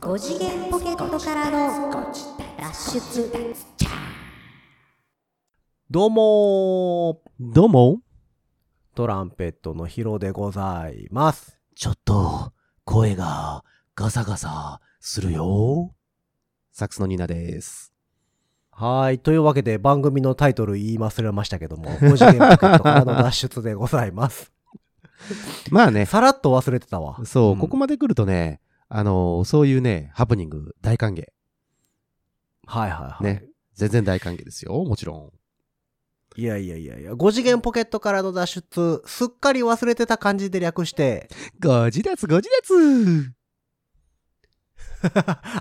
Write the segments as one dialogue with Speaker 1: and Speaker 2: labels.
Speaker 1: 5次元ポケットからの脱出
Speaker 2: どうもー
Speaker 3: どうも。
Speaker 2: トランペットのヒロでございます。
Speaker 3: ちょっと、声がガサガサするよ。サックスのニーナです。
Speaker 2: はーい。というわけで番組のタイトル言い忘れましたけども、5次元ポケットからの脱出でございます。
Speaker 3: まあ ね、
Speaker 2: さらっと忘れてたわ。
Speaker 3: そう、
Speaker 2: ん
Speaker 3: ここまで来るとね、あのーそういうね、ハプニング、大歓迎。
Speaker 2: はいはいはい。
Speaker 3: ね。全然大歓迎ですよ、もちろん。
Speaker 2: いやいやいやいや、5次元ポケットからの脱出、すっかり忘れてた感じで略して、
Speaker 3: ご自立、ご自立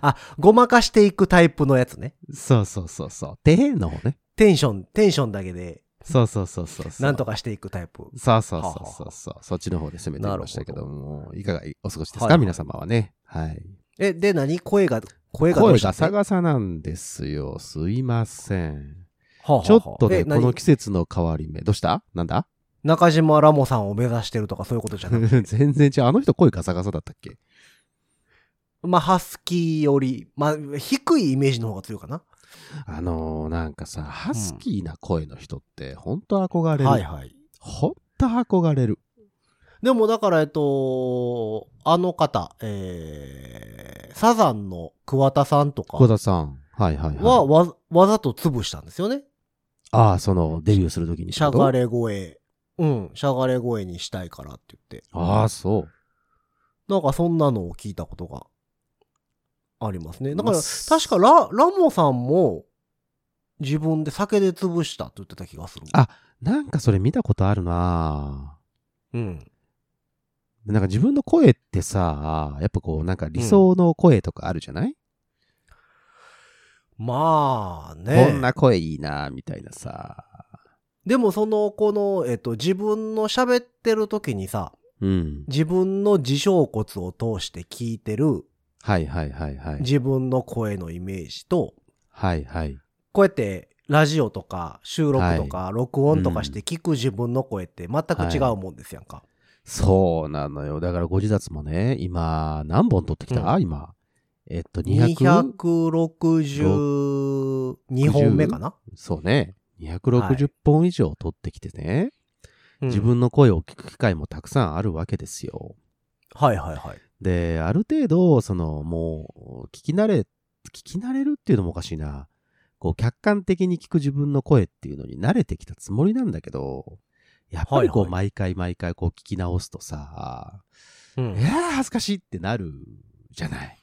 Speaker 2: あ、ごまかしていくタイプのやつね。
Speaker 3: そうそうそうそう。てのね。
Speaker 2: テンション、テンションだけで、
Speaker 3: そうそうそうそうそう。
Speaker 2: なんとかしていくタイプ。
Speaker 3: そうそうそうそうそう。そっちの方で攻めてみましたけども、いかがお過ごしですか、
Speaker 2: はいはい
Speaker 3: 皆様はね。はい。
Speaker 2: え、で何声が、声がど
Speaker 3: 声
Speaker 2: うした
Speaker 3: ガ
Speaker 2: って
Speaker 3: サガサなんですよ。すいません。
Speaker 2: はあはあはあ
Speaker 3: ちょっとね、
Speaker 2: え
Speaker 3: この季節の変わり目。どうしたなんだ
Speaker 2: 中島ラモさんを目指してるとかそういうことじゃなくて。
Speaker 3: 全然違う。あの人声ガサガサだったっけ
Speaker 2: まあ、ハスキーより、まあ、低いイメージの方が強いかな。
Speaker 3: あのー、なんかさ、ハスキーな声の人って、ほんと憧れる。
Speaker 2: はい。
Speaker 3: ほんと憧れる。
Speaker 2: でも、だから、えっと、あの方、えー、サザンの桑田さんとか
Speaker 3: 小
Speaker 2: は
Speaker 3: 田さん。はいはい
Speaker 2: わ、
Speaker 3: はい。
Speaker 2: わ、わざと潰したんですよね。
Speaker 3: ああ、その、デビューするときに。
Speaker 2: しゃが
Speaker 3: れ。
Speaker 2: れ声。うん、しゃがれ声にしたいからって言って。
Speaker 3: ああ、そう。
Speaker 2: なんかそんなのを聞いたことがありますね。だから、
Speaker 3: まあ
Speaker 2: 確かラ、ラモさんも自分で酒で潰したって言ってた気がする。
Speaker 3: あなんかそれ見たことあるな
Speaker 2: うん。
Speaker 3: ぁなんか自分の声ってさ、やっぱこう、なんか理想の声とかあるじゃない、
Speaker 2: まあね。
Speaker 3: こんな声いいなぁみたいなさ。
Speaker 2: でもその、この、えっと、自分の喋ってる時にさ、
Speaker 3: うん。
Speaker 2: 自分の自傷骨を通して聞いてる
Speaker 3: はいはいはいはい。
Speaker 2: 自分の声のイメージと、
Speaker 3: はいはい。
Speaker 2: こうやってラジオとか収録とか録音とかして聞く自分の声って全く違うもんですやんか。
Speaker 3: そうなのよ。だからご自殺もね、今、何本撮ってきた、
Speaker 2: う
Speaker 3: 今。えっと、200?
Speaker 2: 262本目かな、
Speaker 3: そうね。260本以上撮ってきてね、
Speaker 2: うん
Speaker 3: 自分の声を聞く機会もたくさんあるわけですよ。
Speaker 2: はいはいはい。
Speaker 3: で、ある程度、その、もう、聞き慣れ、聞き慣れるっていうのもおかしいな。こう、客観的に聞く自分の声っていうのに慣れてきたつもりなんだけど、やっぱりこ
Speaker 2: は
Speaker 3: う、
Speaker 2: い
Speaker 3: 毎回毎回こう、聞き直すとさ、
Speaker 2: うん
Speaker 3: いやー恥ずかしいってなるじゃない。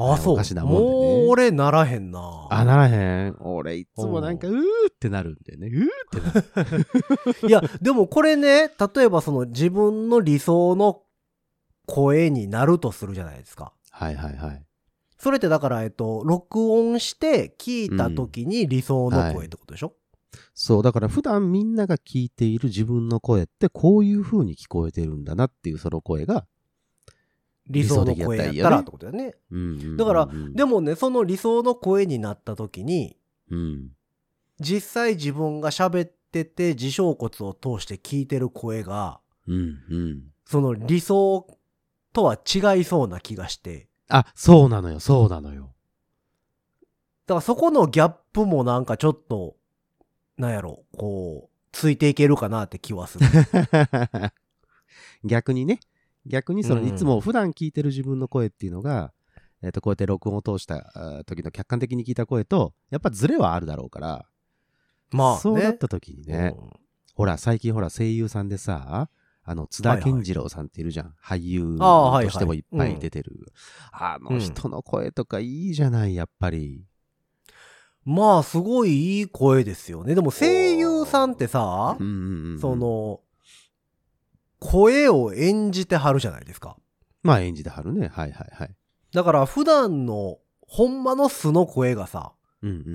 Speaker 2: ああ、そう。
Speaker 3: おかしなもんでね
Speaker 2: もう俺ならへんな。
Speaker 3: あ、ならへん。俺、いつもなんか、うーってなるんだよね。うーってなる。
Speaker 2: いや、でもこれね、例えばその自分の理想の声になるとするじゃないですか。
Speaker 3: はいはいはい。
Speaker 2: それってだから、えっと、録音して聞いた時に理想の声ってことでしょ、
Speaker 3: そう、だから普段みんなが聞いている自分の声って、こういう風に聞こえてるんだなっていうその声が、
Speaker 2: 理想の声やったらってことだよね。
Speaker 3: うんうんうんうん
Speaker 2: だからでもね、その理想の声になった時に、
Speaker 3: うん。
Speaker 2: 実際自分が喋ってて自傷骨を通して聞いてる声が、
Speaker 3: うんうん。
Speaker 2: その理想とは違いそうな気がして、
Speaker 3: あ、そうなのよ、そうなのよ。
Speaker 2: だからそこのギャップもなんかちょっと、なんやろ、こう、ついていけるかなって気はする。
Speaker 3: 逆にね、逆にその、
Speaker 2: うん
Speaker 3: いつも普段聞いてる自分の声っていうのが、えっ、と、こうやって録音を通したあー時の客観的に聞いた声と、やっぱズレはあるだろうから、
Speaker 2: まあ、ね、
Speaker 3: そうなった時にね、
Speaker 2: うん
Speaker 3: ほら、最近ほら、声優さんでさ、あの、津
Speaker 2: はい
Speaker 3: 田
Speaker 2: はい
Speaker 3: 健次郎さんっているじゃん。
Speaker 2: あーはい
Speaker 3: 俳
Speaker 2: は
Speaker 3: 優
Speaker 2: い
Speaker 3: としてもいっぱい出てる。あの人の声とかいいじゃない、やっぱり。
Speaker 2: まあ、すごいいい声ですよね。でも声優さんってさ
Speaker 3: う、んうんうん。
Speaker 2: そ、の、声を演じてはるじゃないですか。
Speaker 3: まあ演じてはるね。はいはいはい。
Speaker 2: だから普段の、ほんまの素の声がさ、
Speaker 3: うんうんう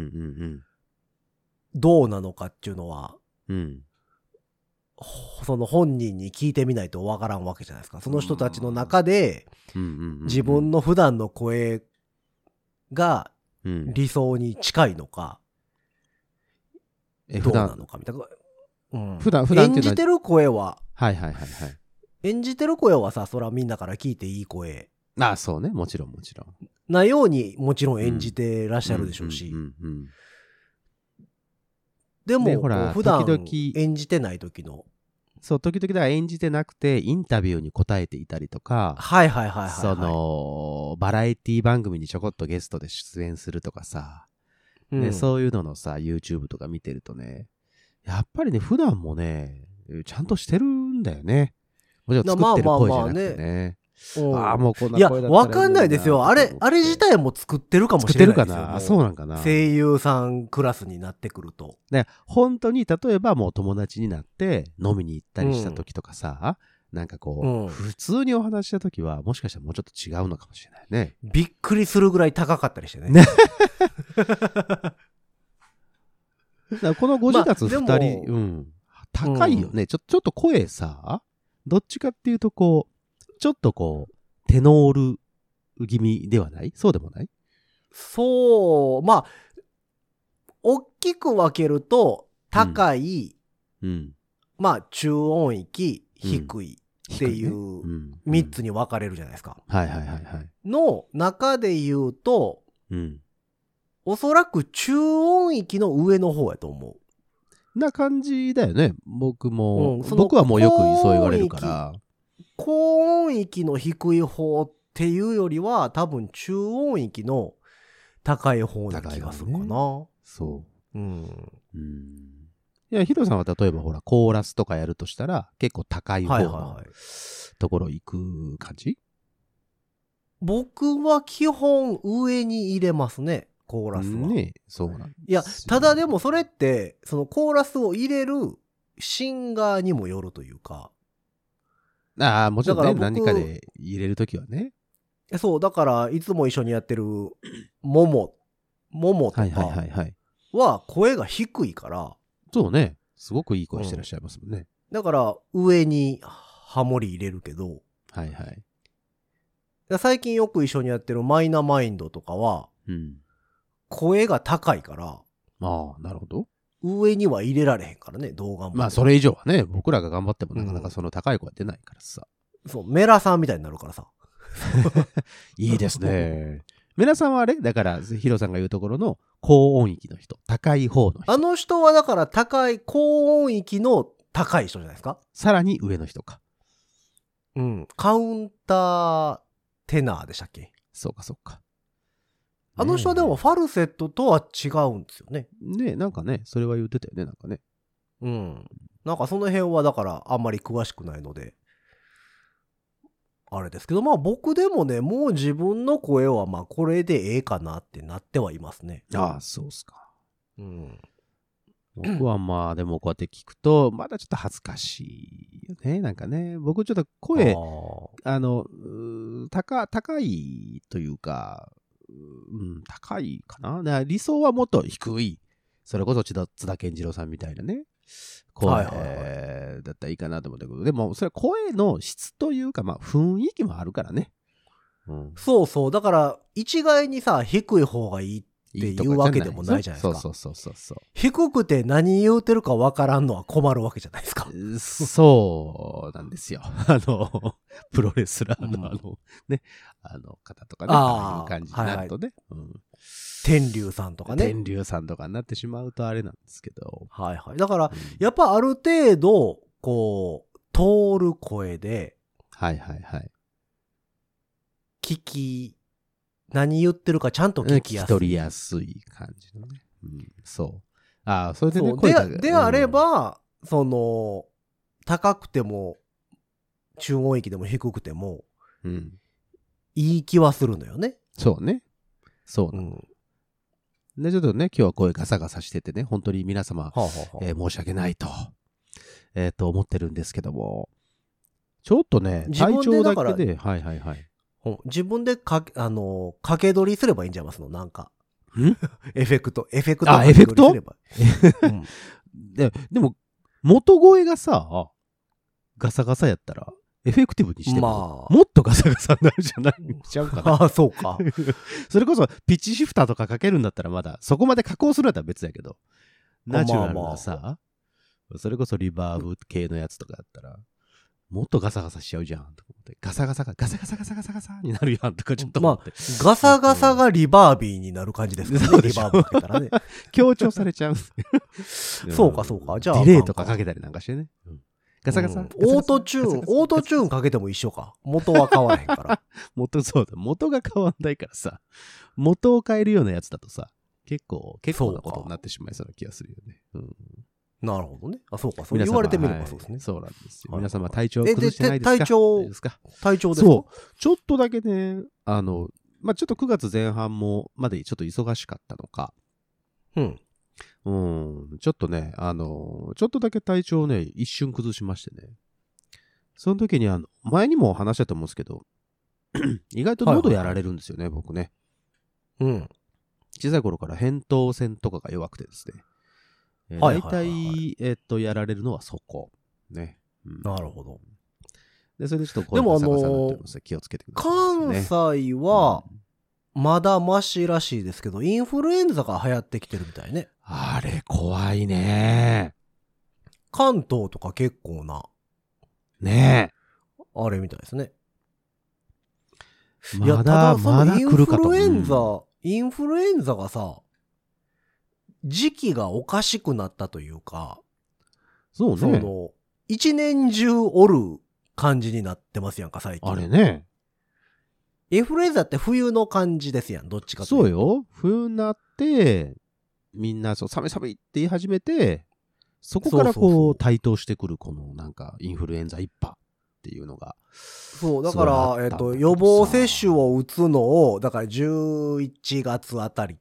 Speaker 3: ん
Speaker 2: どうなのかっていうのは、
Speaker 3: うん。うん。
Speaker 2: ほその本人に聞いてみないとわからんわけじゃないですか。その人たちの中で、
Speaker 3: うんうんうんうん
Speaker 2: 自分の普段の声が
Speaker 3: うん、
Speaker 2: 理想に近いのか、
Speaker 3: え
Speaker 2: ど
Speaker 3: 普
Speaker 2: うな
Speaker 3: 段
Speaker 2: のかみたいな。うん
Speaker 3: 普段普段って
Speaker 2: 演
Speaker 3: いうのは
Speaker 2: じてる声は、
Speaker 3: はいはいはいはい
Speaker 2: 演じてる声はさ、そらみんなから聞いていい声
Speaker 3: ああ、そうね。もちろん、もちろん。
Speaker 2: なようにもちろん演じてらっしゃるでしょうし、
Speaker 3: うんうんうん
Speaker 2: でも
Speaker 3: ねほら
Speaker 2: こう普段
Speaker 3: 時々
Speaker 2: 演じてない時の
Speaker 3: そう、時々だから演じてなくて、インタビューに答えていたりとか、
Speaker 2: はいはいはいはい、はい、
Speaker 3: その、バラエティ番組にちょこっとゲストで出演するとかさ、
Speaker 2: うん、
Speaker 3: ね、そういうののさ、YouTube とか見てるとね、やっぱりね、普段もね、ちゃんとしてるんだよね。もちろん作ってる声じゃなくてね。
Speaker 2: うん
Speaker 3: ああ、もうこんない
Speaker 2: や
Speaker 3: 声だったら
Speaker 2: わかんないですよあれあれ自体も作ってるかも
Speaker 3: 作っ
Speaker 2: してれな
Speaker 3: る
Speaker 2: いで
Speaker 3: か
Speaker 2: すよ
Speaker 3: な
Speaker 2: も
Speaker 3: あ
Speaker 2: う
Speaker 3: そうなんかな。
Speaker 2: 声優さんクラスになってくると
Speaker 3: ね、本当に例えばもう友達になって飲みに行ったりした時とかさ、なんかこう、
Speaker 2: うん
Speaker 3: 普通にお話しした時はもしかしたらもうちょっと違うのかもしれないね。
Speaker 2: びっくりするぐらい高かったりしてね
Speaker 3: ねだからこのご自達
Speaker 2: まあで
Speaker 3: 2
Speaker 2: も
Speaker 3: 人、うん、高いよね、ちょ。ちょっと声さ、どっちかっていうとこう、ちょっとこう、テノール気味ではないそうでもない
Speaker 2: そうまあ大きく分けると高い、
Speaker 3: うん。
Speaker 2: まあ中音域
Speaker 3: うん
Speaker 2: 低いってい
Speaker 3: 低ね
Speaker 2: う
Speaker 3: うん
Speaker 2: 3つに分かれるじゃないですか。
Speaker 3: はいはいはいはい。
Speaker 2: の中で言うと
Speaker 3: うん。
Speaker 2: おそらく中音域の上の方やと思う。
Speaker 3: な感じだよね。僕も、
Speaker 2: うんその
Speaker 3: 僕はもうよくそう言われるから。
Speaker 2: 高音域の低い方っていうよりは多分中音域の高い方な気がするか
Speaker 3: 高い
Speaker 2: な。
Speaker 3: そう。
Speaker 2: うん。
Speaker 3: うんいや、ヒロさんは例えばほら、コーラスとかやるとしたら、結構高い方
Speaker 2: はいはい
Speaker 3: の
Speaker 2: はい
Speaker 3: ところ行く感じ、
Speaker 2: 僕は基本上に入れますね、コーラスは。
Speaker 3: ねそうなんですよ
Speaker 2: いや、ただでも、それって、そのコーラスを入れるシンガーにもよるというか、
Speaker 3: ああ、もちろんね、
Speaker 2: だから僕
Speaker 3: 何かで入れるときはね。
Speaker 2: えそう、だからいつも一緒にやってる、もも、ももと
Speaker 3: はいはいは
Speaker 2: か
Speaker 3: いはい。
Speaker 2: は声が低いから、
Speaker 3: そうね。すごくいい声してらっしゃいますもんね。
Speaker 2: だから上にハモリ入れるけど、
Speaker 3: はいはい。
Speaker 2: 最近よく一緒にやってるマイナマインドとかは、
Speaker 3: うん。
Speaker 2: 声が高いから、
Speaker 3: ああ、なるほど。
Speaker 2: 上には入れられへんからね、動画も。
Speaker 3: まあ、それ以上はね、僕らが頑張ってもなかなかその高い声は出ないからさ。
Speaker 2: そう、メラさんみたいになるからさ。
Speaker 3: いいですね。皆さんはあれだから、ヒロさんが言うところの高音域の人、高い方の人、
Speaker 2: あの人はだから高い、高音域の高い人じゃないですか。
Speaker 3: さらに上の人か。
Speaker 2: うん。カウンターテナーでしたっけ
Speaker 3: そうかそうか。
Speaker 2: あの人はでもファルセットとは違うんですよね。
Speaker 3: ねえ、なんかね、それは言ってたよね、なんかね。
Speaker 2: うん。なんかその辺はだからあんまり詳しくないので、あれですけど、まあ僕でもね、もう自分の声はまあこれでええかなってなってはいますね。
Speaker 3: ああ、そうっすか。
Speaker 2: うん。
Speaker 3: 僕はまあ、でもこうやって聞くと、まだちょっと恥ずかしいよね、なんかね。僕ちょっと
Speaker 2: あ
Speaker 3: 声、あ
Speaker 2: ー
Speaker 3: の、うー高、高いというか、うーうん、高いかな。だから理想はもっと低い。それこそ千田津田健次郎さんみたいなね。声、
Speaker 2: はいはいはい
Speaker 3: だったらいいかなと思ったけど、でも、それは声の質というか、まあ、雰囲気もあるからね。うん。
Speaker 2: そうそう。だから一概にさ、低い方がいい。
Speaker 3: い
Speaker 2: って
Speaker 3: と
Speaker 2: いうわけでもないじゃないですか
Speaker 3: そうそうそうそうそう。
Speaker 2: 低くて何言うてるかわからんのは困るわけじゃないですか。
Speaker 3: そうなんですよ。 あの、プロレスラー
Speaker 2: うん
Speaker 3: のあの、ね、あの方とかね、
Speaker 2: あ
Speaker 3: ああい
Speaker 2: ー
Speaker 3: う感じになるとね、うん
Speaker 2: 天竜さんとかね。
Speaker 3: 天竜さんとかになってしまうとあれなんですけど。
Speaker 2: はいはい。だから
Speaker 3: う、ん
Speaker 2: やっぱある程度、こう、通る声で、
Speaker 3: はいはいはい。
Speaker 2: 聞き、何言ってるかちゃんと
Speaker 3: うん聞
Speaker 2: 聞
Speaker 3: き
Speaker 2: きやすい。
Speaker 3: 取りやすい感じのね。うん、そう。ああ、それでね、
Speaker 2: そう
Speaker 3: 声が
Speaker 2: でであれ、ば、その、高くても、中音域でも低くても、
Speaker 3: うんうん
Speaker 2: いい気はするのよね。
Speaker 3: そうね。そう
Speaker 2: う
Speaker 3: なの、
Speaker 2: ん。は
Speaker 3: で、ちょっとね、今日は声ガサガサしててね、本当に皆様、
Speaker 2: あ、はあはあ
Speaker 3: えー申し訳ないと、えーと思ってるんですけども、ちょっとね、
Speaker 2: 自分
Speaker 3: 体
Speaker 2: で
Speaker 3: 調だ
Speaker 2: だから
Speaker 3: けで、はいはいはい。
Speaker 2: ほん自分でかけ、あの、掛け取りすればいいんちゃいますのなんか。
Speaker 3: ん
Speaker 2: エフェクト、エフェクト
Speaker 3: あエフェクト
Speaker 2: 掛け取りすればうん
Speaker 3: ででも、元声がさ、ガサガサやったら、エフェクティブにしても、
Speaker 2: まあ
Speaker 3: もっとガサガサになるじゃないしちゃうかな。
Speaker 2: ああ、そうか。
Speaker 3: それこそ、ピッチシフターとかかけるんだったらまだ、そこまで加工するんだったら別やけど、ナチュラルなさ、それこそリバーブ系のやつとかだったら、もっとガサガサしちゃうじゃんとか思って、ガサガサが、ガサガサガサガサガサになるやんとかちょっと思って、
Speaker 2: ガサガサがリバービーになる感じですから
Speaker 3: そう
Speaker 2: ね。
Speaker 3: で
Speaker 2: リ
Speaker 3: しょ
Speaker 2: バーブかけたらね。
Speaker 3: 強調されちゃう。
Speaker 2: そうかそうかじゃあ
Speaker 3: ディレイとかかけたりなんかしてね。うんガサガサ。
Speaker 2: うん
Speaker 3: ガサガサ
Speaker 2: オートチューン、オートチューンかけても一緒か。元は変わらへんから。
Speaker 3: 元、 そうだ、元が変わんないからさ、元を変えるようなやつだとさ、結構、結構なことになってしまいそうな気がするよね。うん。
Speaker 2: なるほどね。あ、そうか。そう
Speaker 3: 皆様
Speaker 2: 言われてみれば
Speaker 3: はい
Speaker 2: そうですね。
Speaker 3: そうなんですよ。
Speaker 2: はい
Speaker 3: 皆様、体調崩してないですか
Speaker 2: えでて体調
Speaker 3: 大丈夫ですか
Speaker 2: 体調ですか
Speaker 3: そう。ちょっとだけね、あの、まあ、ちょっと9月前半も、までちょっと忙しかったのか、
Speaker 2: うん。
Speaker 3: うん、ちょっとね、あの、ちょっとだけ体調をね、一瞬崩しましてね。その時に、あの、前にも話したと思うんですけど、 意外と喉やられるんですよね、僕ね。
Speaker 2: うん。
Speaker 3: 小さい頃から扁桃腺とかが弱くてですね。えー
Speaker 2: はい
Speaker 3: 大
Speaker 2: はいはいはい
Speaker 3: 体、えっと、やられるのはそこ。ね。うん
Speaker 2: なるほど。
Speaker 3: で、それでちょっと
Speaker 2: で
Speaker 3: 声
Speaker 2: も
Speaker 3: が
Speaker 2: あ
Speaker 3: サ
Speaker 2: のー
Speaker 3: カサになってますので気をつけてください、
Speaker 2: 関
Speaker 3: ね。
Speaker 2: 西は、まだマシらしいですけど、インフルエンザが流行ってきてるみたいね。
Speaker 3: あれ、怖いね。
Speaker 2: 関東とか結構な、
Speaker 3: ね
Speaker 2: あれみたいですね。
Speaker 3: え。
Speaker 2: いや、
Speaker 3: ま
Speaker 2: た
Speaker 3: だ、
Speaker 2: だ、その
Speaker 3: まだ
Speaker 2: イン
Speaker 3: 来る
Speaker 2: フ
Speaker 3: かと。
Speaker 2: ルエンザ、
Speaker 3: うん
Speaker 2: インフルエンザがさ、時期がおかしくなったというか、
Speaker 3: そう
Speaker 2: そ
Speaker 3: ね。
Speaker 2: の、一年中おる感じになってますやんか、最近。
Speaker 3: あれね。
Speaker 2: インフルエンザって冬の感じですやん、どっちかとい
Speaker 3: そう
Speaker 2: うと。
Speaker 3: よ。冬になって、みんな、そう、寒い寒いって言い始めて、そこから
Speaker 2: そうそうそ
Speaker 3: こ
Speaker 2: う
Speaker 3: う、台頭してくる、この、なんか、インフルエンザ一波っていうのが。
Speaker 2: そう、だ
Speaker 3: すごいあ
Speaker 2: か
Speaker 3: ったん
Speaker 2: ら、えっ
Speaker 3: だけど
Speaker 2: と、
Speaker 3: さ
Speaker 2: 予防接種を打つのを、だから11月あたり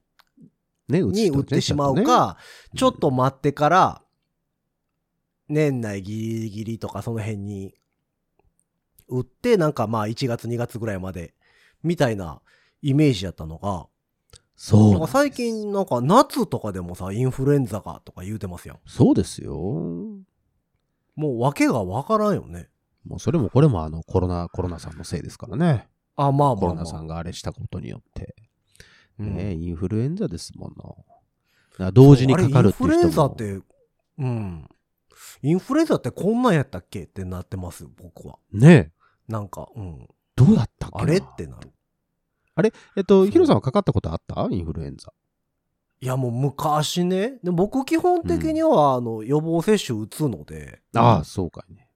Speaker 3: ね、
Speaker 2: に打ってしまうか、
Speaker 3: うん
Speaker 2: ちょっと待ってから、年内ギリギリとかその辺に打って、なんかまあ1月2月ぐらいまで、みたいなイメージやったのが、
Speaker 3: そう
Speaker 2: な
Speaker 3: なんん
Speaker 2: か
Speaker 3: です。
Speaker 2: 最近なんか夏とかでもさ、インフルエンザがとか言うてますやん。
Speaker 3: そうですよ。
Speaker 2: もう訳がわからんよね。
Speaker 3: もうそれもこれもあのコロナ、コロナさんのせいですからね。
Speaker 2: あ、まあま
Speaker 3: コ
Speaker 2: あ
Speaker 3: ロ
Speaker 2: ま
Speaker 3: ナ
Speaker 2: あ。
Speaker 3: さんがあれしたことによって。
Speaker 2: うん
Speaker 3: ねえインフルエンザですもの。だから同時にかかるって
Speaker 2: あ
Speaker 3: いう人も
Speaker 2: れインフルエンザって、うん。インフルエンザってこんなんやったっけってなってます、僕は。
Speaker 3: ねえ
Speaker 2: なんか、うん。
Speaker 3: どうだったっけな
Speaker 2: あれってなる。
Speaker 3: えっと、ヒロさんはかかったことあったインフルエンザ。
Speaker 2: いやもう昔ね。で僕基本的にはあの予防接種打つので。
Speaker 3: ああ、そうかいね。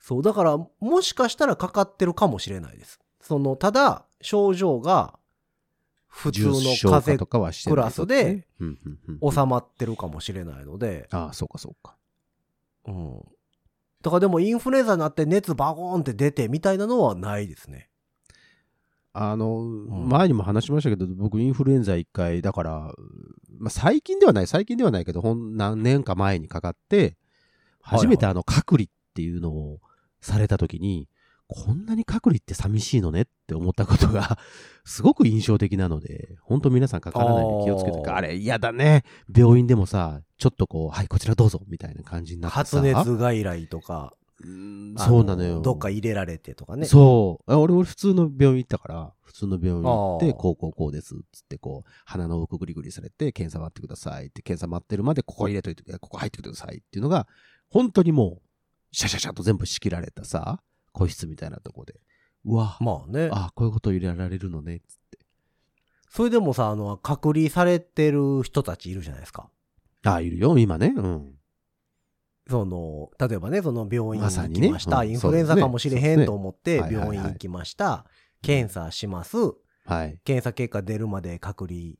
Speaker 2: そう、だからもしかしたらかかってるかもしれないです。その、ただ症状が普通の
Speaker 3: 重症
Speaker 2: 風
Speaker 3: 化と
Speaker 2: 邪
Speaker 3: かはしてないと
Speaker 2: クラスで
Speaker 3: うんうんうんうん
Speaker 2: 収まってるかもしれないので。
Speaker 3: ああ、そうかそうか。
Speaker 2: うん。だからでもインフルエンザになって熱バゴーンって出てみたいなのはないですね。
Speaker 3: あの、
Speaker 2: ん
Speaker 3: 前にも話しましたけど、僕、インフルエンザ一回、だから、まあ、最近ではない、最近ではないけど、ほん何年か前にかかって、
Speaker 2: はいはい
Speaker 3: 初めてあの、隔離っていうのをされた時に、こんなに隔離って寂しいのねって思ったことが、 すごく印象的なので、本当皆さんかからないように気をつけて
Speaker 2: あー
Speaker 3: あれ、嫌だね。病院でもさ、ちょっとこう、はい、こちらどうぞ、みたいな感じになってさ
Speaker 2: 発熱外来とか。
Speaker 3: うん
Speaker 2: あ
Speaker 3: そうなのよ。
Speaker 2: どっか入れられてとかね。
Speaker 3: そう。あ俺、俺、普通の病院行ったから、普通の病院行って、
Speaker 2: あー
Speaker 3: こうこうこうです、つって、こう、鼻の奥ぐりぐりされて、検査待ってくださいって、検査待ってるまで、ここ入れといて、ここ入ってくださいっていうのが、本当にもう、シャシャシャと全部仕切られたさ、個室みたいなとこで。うわ、
Speaker 2: まあね。
Speaker 3: あこういうこと入れられるのね、つって。
Speaker 2: それでもさ、あの、隔離されてる人たちいるじゃないですか。
Speaker 3: あいるよ、今ね。うん。
Speaker 2: その、例えばね、その病院
Speaker 3: ま
Speaker 2: に
Speaker 3: さ
Speaker 2: 行
Speaker 3: に
Speaker 2: き
Speaker 3: ね
Speaker 2: ました。
Speaker 3: うん
Speaker 2: インフルエンザかもしれへ
Speaker 3: そうです
Speaker 2: ん
Speaker 3: ね
Speaker 2: と思って
Speaker 3: はいはいはい
Speaker 2: 病院行きました。検査します。
Speaker 3: はい。
Speaker 2: 検査結果出るまで隔離、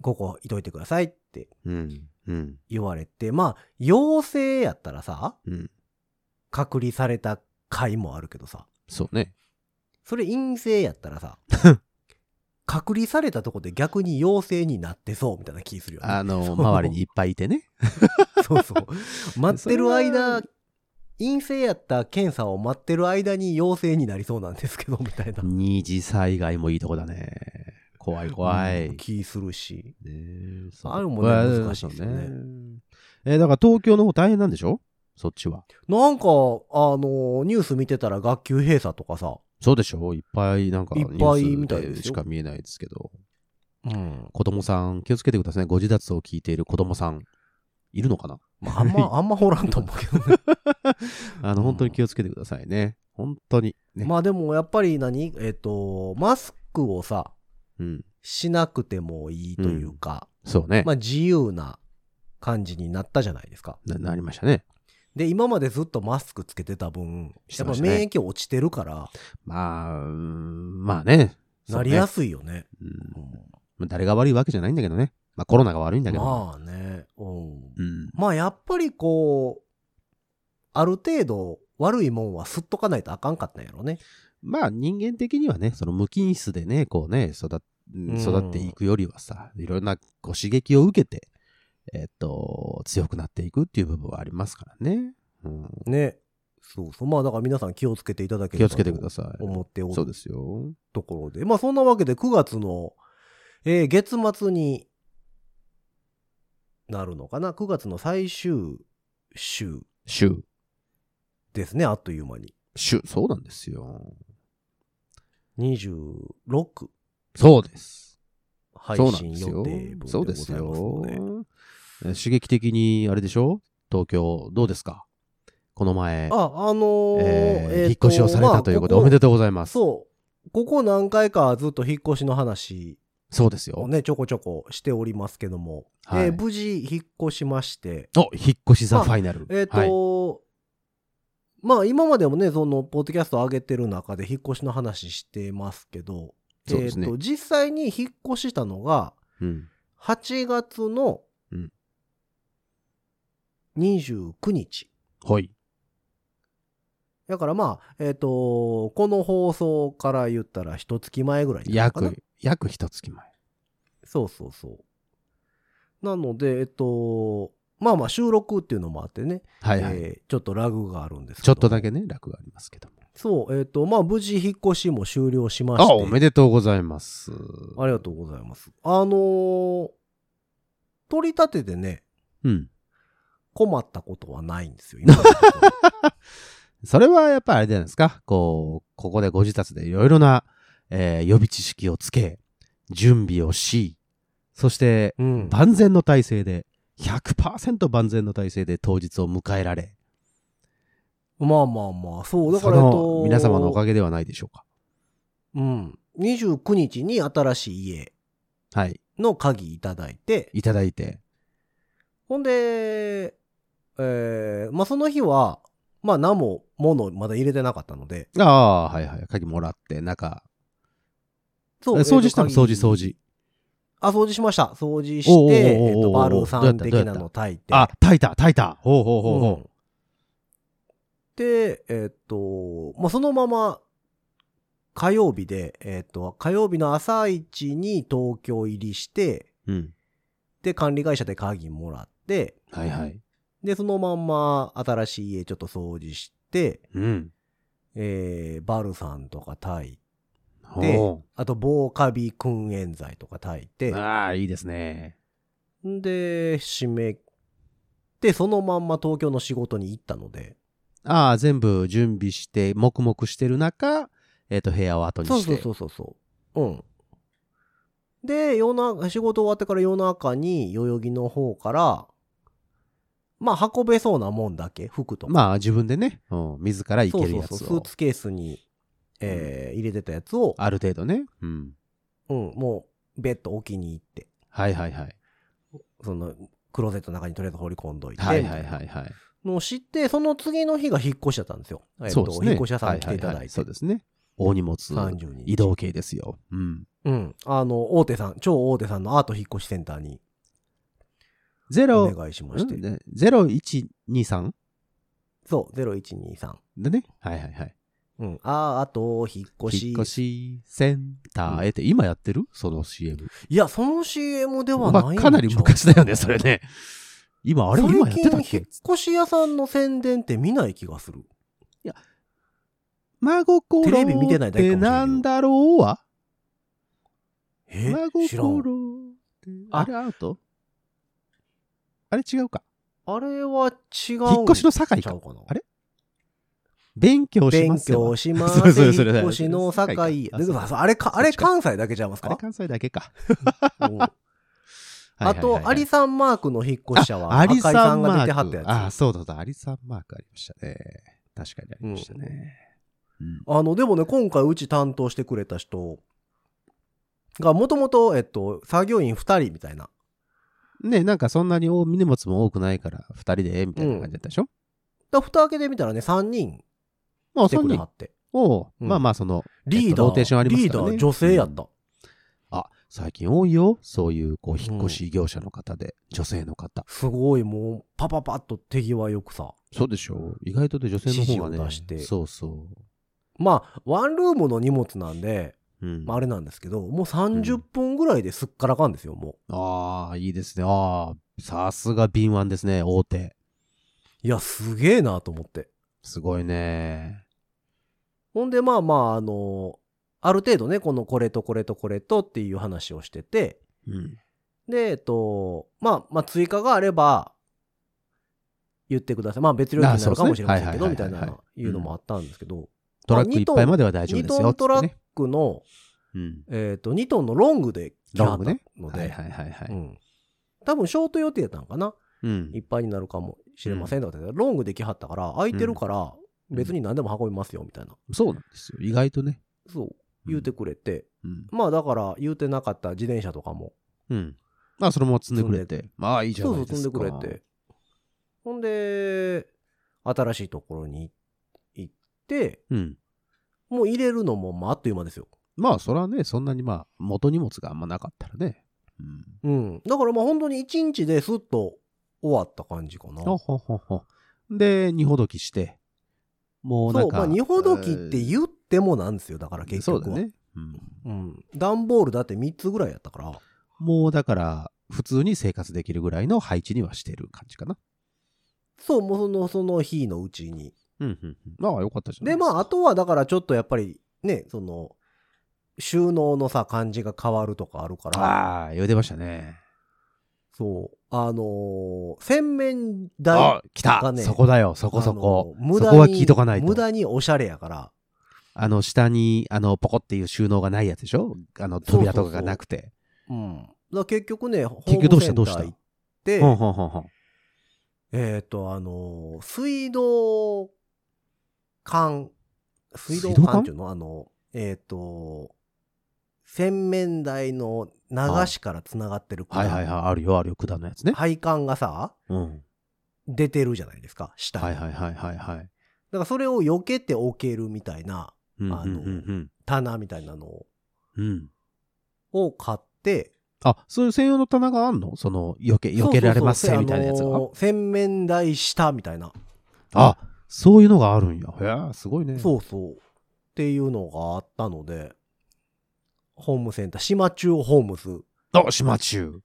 Speaker 2: ここいといてくださいって
Speaker 3: うん。うん。
Speaker 2: 言われて、まあ、陽性やったらさ、
Speaker 3: うん。
Speaker 2: 隔離された回もあるけどさ、
Speaker 3: そうね。
Speaker 2: それ陰性やったら さ、隔離されたとこで逆に陽性になってそうみたいな気するよね。
Speaker 3: あの、
Speaker 2: そう
Speaker 3: 周りにいっぱいいてね。
Speaker 2: そう そう。待ってる間
Speaker 3: そ、
Speaker 2: 陰性やった検査を待ってる間に陽性になりそうなんですけど、みたいな。
Speaker 3: 二次災害もいいとこだね。怖い怖い。
Speaker 2: 気するし。
Speaker 3: ねえ、
Speaker 2: あれもね
Speaker 3: こは
Speaker 2: 難しいですよね
Speaker 3: そうえーだから東京の方大変なんでしょそっちは。
Speaker 2: なんか、あの、ニュース見てたら学級閉鎖とかさ、
Speaker 3: そうでしょいっぱい、なんか、
Speaker 2: いっぱいみたいですよ
Speaker 3: しか見えないですけど。
Speaker 2: うん。
Speaker 3: 子供さん、気をつけてくださいね。ご自立を聞いている子供さん。いるのかな
Speaker 2: まあ、あん ま、あんまおらんと思うけどね。
Speaker 3: あの、本当に気をつけてくださいね。本当に。ね。
Speaker 2: まあでも、やっぱり何えっ、と、マスクをさ、
Speaker 3: うん。
Speaker 2: しなくてもいいというか、
Speaker 3: そうね。
Speaker 2: まあ自由な感じになったじゃないですか。
Speaker 3: ななりましたね。
Speaker 2: で、今までずっとマスクつけてた分、
Speaker 3: して
Speaker 2: やっ
Speaker 3: ま
Speaker 2: ぱ
Speaker 3: したね
Speaker 2: 免疫落ちてるから、
Speaker 3: まあ、うーんまあね。
Speaker 2: なりやすいよね。
Speaker 3: そうねうん
Speaker 2: うん
Speaker 3: まあ誰が悪いわけじゃないんだけどね。まあコロナが悪いんだけど。
Speaker 2: まあね、うん。
Speaker 3: うん。
Speaker 2: まあやっぱりこう、ある程度悪いもんはすっとかないとあかんかったんやろね。
Speaker 3: まあ人間的にはね、その無菌室でね、こうね、育っ
Speaker 2: ん
Speaker 3: 育っていくよりはさ、いろんなこう刺激を受けて、えっと、強くなっていくっていう部分はありますからね。うん、
Speaker 2: ね。そうそう。まあだから皆さん気をつけていただけ
Speaker 3: 気
Speaker 2: れ
Speaker 3: を
Speaker 2: ば
Speaker 3: つけてくださ
Speaker 2: と思っ
Speaker 3: い。
Speaker 2: てお
Speaker 3: そう
Speaker 2: る
Speaker 3: ですよ。
Speaker 2: ところで。まあそんなわけで9月の、えー月末になるのかな。9月の最終週
Speaker 3: 週、
Speaker 2: ですね。あっという間に。
Speaker 3: 週、そうなんですよ。
Speaker 2: 26
Speaker 3: そうです。
Speaker 2: 配
Speaker 3: そうなん
Speaker 2: 信
Speaker 3: です
Speaker 2: 予
Speaker 3: よ
Speaker 2: 定分で。ござ
Speaker 3: そう
Speaker 2: いま
Speaker 3: です
Speaker 2: すので。
Speaker 3: よ。え刺激的に、あれでしょ東京、どうですかこの前、
Speaker 2: あ、あのー
Speaker 3: えー
Speaker 2: えーと
Speaker 3: 引っ越しをされたということで、
Speaker 2: まあ
Speaker 3: おめでとうございます。
Speaker 2: そう。ここ何回かずっと引っ越しの話
Speaker 3: そうです
Speaker 2: を
Speaker 3: よ。
Speaker 2: ね、ちょこちょこしておりますけども、
Speaker 3: はい
Speaker 2: えー無事引っ越しまして、
Speaker 3: お、引っ越しザ・ファイナル。
Speaker 2: えっ、と、
Speaker 3: はい
Speaker 2: まあ今までもね、その、ポッドキャスト上げてる中で引っ越しの話してますけど、
Speaker 3: そうですね
Speaker 2: えっ、と、実際に引っ越したのが、
Speaker 3: うん。
Speaker 2: 8月の
Speaker 3: うん
Speaker 2: 29日。
Speaker 3: はい。
Speaker 2: だからまあ、えっ、と、この放送から言ったら一月前ぐらいになるのかな
Speaker 3: 約、約一月前。
Speaker 2: そうそうそう。なので、えっと、まあまあ収録っていうのもあってね、
Speaker 3: はいはい。
Speaker 2: えーちょっとラグがあるんですけど。
Speaker 3: ちょっとだけ。ね、楽がありますけども。
Speaker 2: そう、えっと、まあ無事引っ越しも終了しまして。
Speaker 3: あ、おめでとうございます。
Speaker 2: ありがとうございます。あのー取り立ててね、
Speaker 3: うん。
Speaker 2: 困ったことはないんですよ。 今のところ
Speaker 3: それはやっぱりあれじゃないですか。こう、ここでご自宅でいろいろな、えー予備知識をつけ、準備をし、そして、
Speaker 2: うん。
Speaker 3: 万全の体制で、100%万全の体制で当日を迎えられ、
Speaker 2: まあまあまあ、そう、だか
Speaker 3: そ
Speaker 2: ら、えっ
Speaker 3: の
Speaker 2: と、
Speaker 3: 皆様のおか
Speaker 2: げ。
Speaker 3: げではないでしょうか。
Speaker 2: うん。29日に新しい家
Speaker 3: はい。
Speaker 2: の鍵いただいて、
Speaker 3: いただいて。
Speaker 2: ほんで、えー、まあ、その日は、まあ、何も、物をまだ入れてなかったので、
Speaker 3: ああ、はいはい。鍵もらって、中。
Speaker 2: そ
Speaker 3: え掃除したの
Speaker 2: えっと
Speaker 3: 掃
Speaker 2: 鍵
Speaker 3: 除掃除。
Speaker 2: あ、掃除しました。掃除して、
Speaker 3: おうおうおうおう
Speaker 2: えっと、バルーさん的なの炊いて。
Speaker 3: あ、炊いた、炊いた。ほうほうほうほう。
Speaker 2: うんで、えっと、まあ、そのまま、火曜日で、えっと、火曜日の朝一に東京入りして、
Speaker 3: うん。
Speaker 2: で、管理会社で鍵もらって、
Speaker 3: はいはい。
Speaker 2: で、そのまんま新しい家ちょっと掃除して、
Speaker 3: うん。
Speaker 2: えー、バルさんとか炊いで
Speaker 3: ほ
Speaker 2: あと防カビ燻煙剤とか炊いうて
Speaker 3: ああ、いいですね。
Speaker 2: んで締めてそのまんま東京の仕事に行ったので
Speaker 3: ああ、全部準備して、黙々してる中、えっ、と、部屋を後にして。
Speaker 2: そうそうそうそうそううんで夜な仕事終わってから夜中に代々木の方からまあ運べそうなもんだけ服とか、
Speaker 3: まあ、自分でね、うん、自ら行
Speaker 2: そう
Speaker 3: ける
Speaker 2: そう
Speaker 3: やつ
Speaker 2: そ
Speaker 3: を。
Speaker 2: うスーツケースに、えー入れてたやつを、
Speaker 3: ある程度ね。うん。
Speaker 2: うん、もうベッド置きに行って
Speaker 3: はいはいはい。
Speaker 2: そのクローゼットの中にとりあえず放り込んどいて
Speaker 3: はいはいはいはい。
Speaker 2: のを知って、その次の日が引っ越しだったんですよ。えっと
Speaker 3: そうですね。
Speaker 2: 引っ越し屋さんに来ていただ
Speaker 3: ははい
Speaker 2: て。
Speaker 3: はそうですね。大荷物、
Speaker 2: 30日。
Speaker 3: 移。動系ですよ。うん。
Speaker 2: うん。あの、大手さん、超大手さんのアート引っ越しセンターに
Speaker 3: ゼ
Speaker 2: お
Speaker 3: ロ、
Speaker 2: 願いしま
Speaker 3: う
Speaker 2: して。
Speaker 3: んね、ゼロ一二三
Speaker 2: そう、0123。
Speaker 3: でね。はいはいはい。
Speaker 2: うん。あーあと、引っ越し。
Speaker 3: 引っ越しセンターへって、今やってるその CM。
Speaker 2: いや、その CM ではないん
Speaker 3: まあ、
Speaker 2: ちゃう
Speaker 3: かなり昔だよね、それね。今、あれ今やってたっ
Speaker 2: 最近
Speaker 3: け
Speaker 2: 引っ越し屋さんの宣伝って見ない気がする。
Speaker 3: 孫コロ
Speaker 2: テレビ見てない
Speaker 3: っ
Speaker 2: だけ
Speaker 3: て
Speaker 2: かもしれんけど
Speaker 3: なんだろうは
Speaker 2: え
Speaker 3: 孫
Speaker 2: 知ら
Speaker 3: コ
Speaker 2: ん。
Speaker 3: ロって、
Speaker 2: あ
Speaker 3: あれアウトあれ違うか。
Speaker 2: あれは違う。
Speaker 3: 引っ越しの境
Speaker 2: ちゃ
Speaker 3: か
Speaker 2: う。かな。
Speaker 3: あれ勉強しま
Speaker 2: 勉
Speaker 3: すよ。
Speaker 2: 強します。
Speaker 3: それそれそれ
Speaker 2: 引っ越しの境。
Speaker 3: あそう
Speaker 2: であれか、あれ関西だけちゃいます
Speaker 3: あれ
Speaker 2: か
Speaker 3: 関西だけか。
Speaker 2: うんあ
Speaker 3: はいはいはい
Speaker 2: と、
Speaker 3: は
Speaker 2: ア
Speaker 3: い
Speaker 2: リさんマークの引っ越し者は、
Speaker 3: あ
Speaker 2: 赤井さん
Speaker 3: マー
Speaker 2: が
Speaker 3: ク
Speaker 2: 出てはったやつ。
Speaker 3: あ、そうだそうだ、アリさんマークありましたね。確かにありましたね。うん
Speaker 2: あの、でもね、今回うち担当してくれた人が、もともと、えっと、作業員2人みたいな。
Speaker 3: ねなんかそんなに大荷物も多くないから、二人で、みたいな感じだったでしょ、
Speaker 2: だ蓋開けてみたらね、3人
Speaker 3: まあ、
Speaker 2: 来て
Speaker 3: そん
Speaker 2: くれ
Speaker 3: な
Speaker 2: はって。
Speaker 3: おう
Speaker 2: うん
Speaker 3: まあまあ、その、
Speaker 2: リーダ
Speaker 3: ローテーションあ
Speaker 2: ー、
Speaker 3: ります
Speaker 2: リー
Speaker 3: か
Speaker 2: ダ
Speaker 3: らね
Speaker 2: ー女性やった。
Speaker 3: あ、最近多いよ。そういう、こう、引っ越し業者の方で、女性の方。
Speaker 2: すごい、もう、パパパッと手際よくさ。
Speaker 3: そうでしょう。意外とで女性の方が
Speaker 2: 指
Speaker 3: ね、
Speaker 2: 示を出して
Speaker 3: そうそ
Speaker 2: まあ、ワンルームの荷物なんで、
Speaker 3: う。うん。
Speaker 2: まあ、あれなんですけど、もう30分ぐらいですっからかんですよ、もう。
Speaker 3: ああ、いいですね。ああ、さすが敏腕ですね、大手。
Speaker 2: いや、すげえなと思って。
Speaker 3: すごいね。
Speaker 2: ほんで、まあまあ、あの、ある程度ね、このこれとこれとこれとっていう話をしてて、
Speaker 3: うん。
Speaker 2: で、えっと、まあ、まあ、追加があれば、言ってください。まあ、別料金になるかもしれませんけど、
Speaker 3: あそう
Speaker 2: み
Speaker 3: で
Speaker 2: た
Speaker 3: す
Speaker 2: い
Speaker 3: ねはい
Speaker 2: な
Speaker 3: はいはいは、い
Speaker 2: いうのもあったんですけど、
Speaker 3: トラックいっぱいまでは大丈夫
Speaker 2: 2
Speaker 3: ですよ。
Speaker 2: トントラ
Speaker 3: つっ
Speaker 2: ッ
Speaker 3: てね
Speaker 2: クの、
Speaker 3: うん。
Speaker 2: えっと、2トンのロングで来は
Speaker 3: ロ
Speaker 2: っ
Speaker 3: ング
Speaker 2: た
Speaker 3: ね。
Speaker 2: の
Speaker 3: はい
Speaker 2: で
Speaker 3: は、いはいは
Speaker 2: う
Speaker 3: い。
Speaker 2: ん多分ショート予定だったのかな
Speaker 3: うん
Speaker 2: いっぱいになるかもしれませんとかってロングで来はったから、空いてるから、別に何でも運びますよ、みたいな。
Speaker 3: そうなんですよ。意外とね。
Speaker 2: そう、言うてくれて、
Speaker 3: うん。
Speaker 2: まあだから言うてなかった自転車とかも、
Speaker 3: うん。まあ、そのまま積んでくれて。まあ、いいじゃ
Speaker 2: そ
Speaker 3: な
Speaker 2: う
Speaker 3: い
Speaker 2: そう
Speaker 3: ですか。
Speaker 2: 積んでくれて。ほんで、新しいところに行って、
Speaker 3: うん。
Speaker 2: もう入れるのもまああっという間ですよ。
Speaker 3: まあ、それはね、そんなにまあ、元荷物があんまなかったらね。うん。
Speaker 2: うん。だからまあ本当に1日ですっと終わった感じかな。
Speaker 3: ほほほほ。で、二ほどきして。もうな
Speaker 2: そ
Speaker 3: ん
Speaker 2: う、
Speaker 3: か。
Speaker 2: まあ二ほどきって言ってもなんですよ。だから結
Speaker 3: そう
Speaker 2: 局
Speaker 3: だ
Speaker 2: は。
Speaker 3: ね。う
Speaker 2: う
Speaker 3: ん。
Speaker 2: ん。段ボールだって3つぐらいやったから。
Speaker 3: もうだから、普通に生活できるぐらいの配置にはしてる感じかな。
Speaker 2: そう、もうその、その日のうちに。
Speaker 3: うんうんうん。ああ、よかったじゃん。
Speaker 2: で、まあ、あとはだからちょっとやっぱりね、その、収納のさ、感じが変わるとかあるから、
Speaker 3: ああ、言うてましたね。
Speaker 2: そう、あのー洗面台
Speaker 3: あ、来た、
Speaker 2: がね
Speaker 3: そこだよ、そこそこ。
Speaker 2: あのー無
Speaker 3: そ
Speaker 2: 駄
Speaker 3: こは
Speaker 2: に
Speaker 3: 聞いとかないと。
Speaker 2: 無駄におしゃれやから、
Speaker 3: あの、下に、あの、ポコっていう収納がないやつでしょあの、扉とかがなくて。
Speaker 2: うん。だから結局ね、ホ
Speaker 3: 結
Speaker 2: ー
Speaker 3: 局ど
Speaker 2: ム
Speaker 3: うし
Speaker 2: セ
Speaker 3: た
Speaker 2: ンター行って、
Speaker 3: ほんほんほんほん。
Speaker 2: えっ、と、あのー水道管、水道
Speaker 3: 水道管
Speaker 2: 管っていうのあの、えっ、と、洗面台の流しからつながってる管
Speaker 3: はいはいはい、あるよ、あるよ、管のやつね。
Speaker 2: 配管がさ、
Speaker 3: うん。
Speaker 2: 出てるじゃないですか、下に。
Speaker 3: はいはいはいはいはい。
Speaker 2: だからそれを避けておけるみたいな
Speaker 3: うんうん
Speaker 2: あの
Speaker 3: うん
Speaker 2: 棚みたいなの
Speaker 3: うん。うん。
Speaker 2: を買って、
Speaker 3: あ、そういう専用の棚があんのその、避け、避けられます
Speaker 2: そうそうそう
Speaker 3: みたいなやつ
Speaker 2: あ
Speaker 3: が
Speaker 2: の。ー洗面台下みたいな。
Speaker 3: あ、そういうのがあるんや。へえ、すごいね。
Speaker 2: そうそう。っていうのがあったので、ホームセンター、島中ホームズ。
Speaker 3: あ、島中。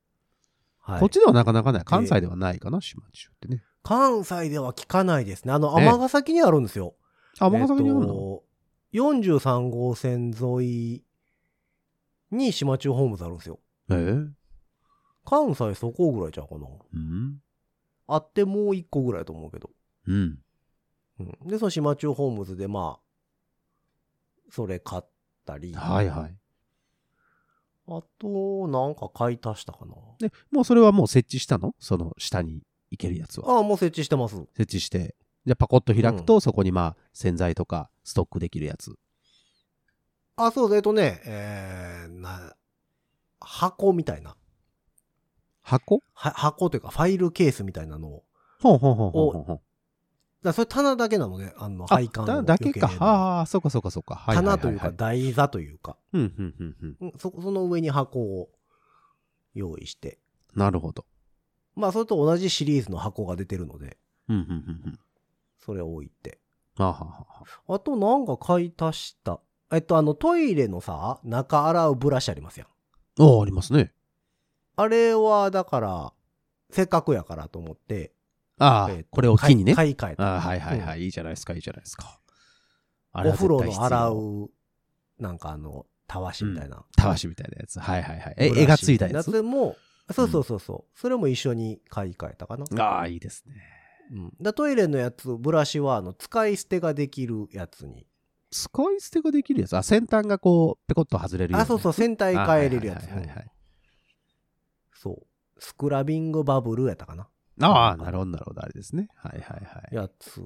Speaker 2: はい
Speaker 3: こっちではなかなかない。関西ではないかな、島中ってね。
Speaker 2: 関西では聞かないですね。あの、
Speaker 3: ね
Speaker 2: 尼崎にあるんですよ。
Speaker 3: あ、尼崎にある
Speaker 2: えっ
Speaker 3: の
Speaker 2: と43号線沿いに島中ホームズあるんですよ。
Speaker 3: ええ
Speaker 2: 関西そこぐらいちゃうかな。
Speaker 3: うん。
Speaker 2: あってもう一個ぐらいだと思うけど。
Speaker 3: うん。
Speaker 2: うん、で、その島中ホームズでまあ、それ買ったり。
Speaker 3: はいはい。
Speaker 2: あと、なんか買い足したかな。
Speaker 3: で、もうそれはもう設置したのその下に行けるやつは。
Speaker 2: ああ、もう設置してます。
Speaker 3: 設置して。じゃあパコッと開くと、そこにまあ洗剤とかストックできるやつ。
Speaker 2: あ、そうです。えっとね、えー、な、箱みたいな。
Speaker 3: 箱
Speaker 2: は箱というか、ファイルケースみたいなのを。
Speaker 3: ほんほんほんほんほんほ
Speaker 2: だ
Speaker 3: ん。
Speaker 2: からそれ棚だけなのね、あの、
Speaker 3: あ
Speaker 2: 配管
Speaker 3: だ
Speaker 2: の
Speaker 3: だけか。
Speaker 2: 余計な
Speaker 3: ああ、そうかそうかそうか。はいはいは
Speaker 2: 棚
Speaker 3: い、
Speaker 2: というか、。台座というか、
Speaker 3: うんうんうんう
Speaker 2: う
Speaker 3: ん。
Speaker 2: んそ、その上に箱を用意して。
Speaker 3: なるほど。
Speaker 2: まあ、それと同じシリーズの箱が出てるので、
Speaker 3: うんうんうんうん。
Speaker 2: それを置いて。
Speaker 3: あははは。
Speaker 2: あと、なんか買い足した。えっと、あの、トイレのさ、中洗うブラシありますやん。
Speaker 3: ああ、ありますね。
Speaker 2: あれは、だから、せっかくやからと思って、
Speaker 3: ああ、
Speaker 2: えーと
Speaker 3: これを機にね。
Speaker 2: 買い買い替えた。
Speaker 3: ああはいはいはい、いいじゃないですか、いいじゃないですか。あ
Speaker 2: お風呂の洗
Speaker 3: う。
Speaker 2: う、なんかあの、たわしみたいな。
Speaker 3: たわしみたいなやつ。はいはいはい。え、
Speaker 2: ブラシ
Speaker 3: 絵がついたやつ。
Speaker 2: も、そうそうそうそう。それも一緒に買い替えたかな。
Speaker 3: ああ、いいですね。
Speaker 2: うん。だトイレのやつ、ブラシは、あの、使い捨てができるやつに。
Speaker 3: 使い捨てができるやつ。あ、先端がこう、ペコッと外れるよ
Speaker 2: あ、そうそう、
Speaker 3: う
Speaker 2: 戦隊
Speaker 3: な。
Speaker 2: 変えれるやつ
Speaker 3: あ。はいはいはいはいはい
Speaker 2: そう。スクラビングバブルやったかな
Speaker 3: ああ、なるほど、なるほど、あれですね。はいはいはい。
Speaker 2: やつ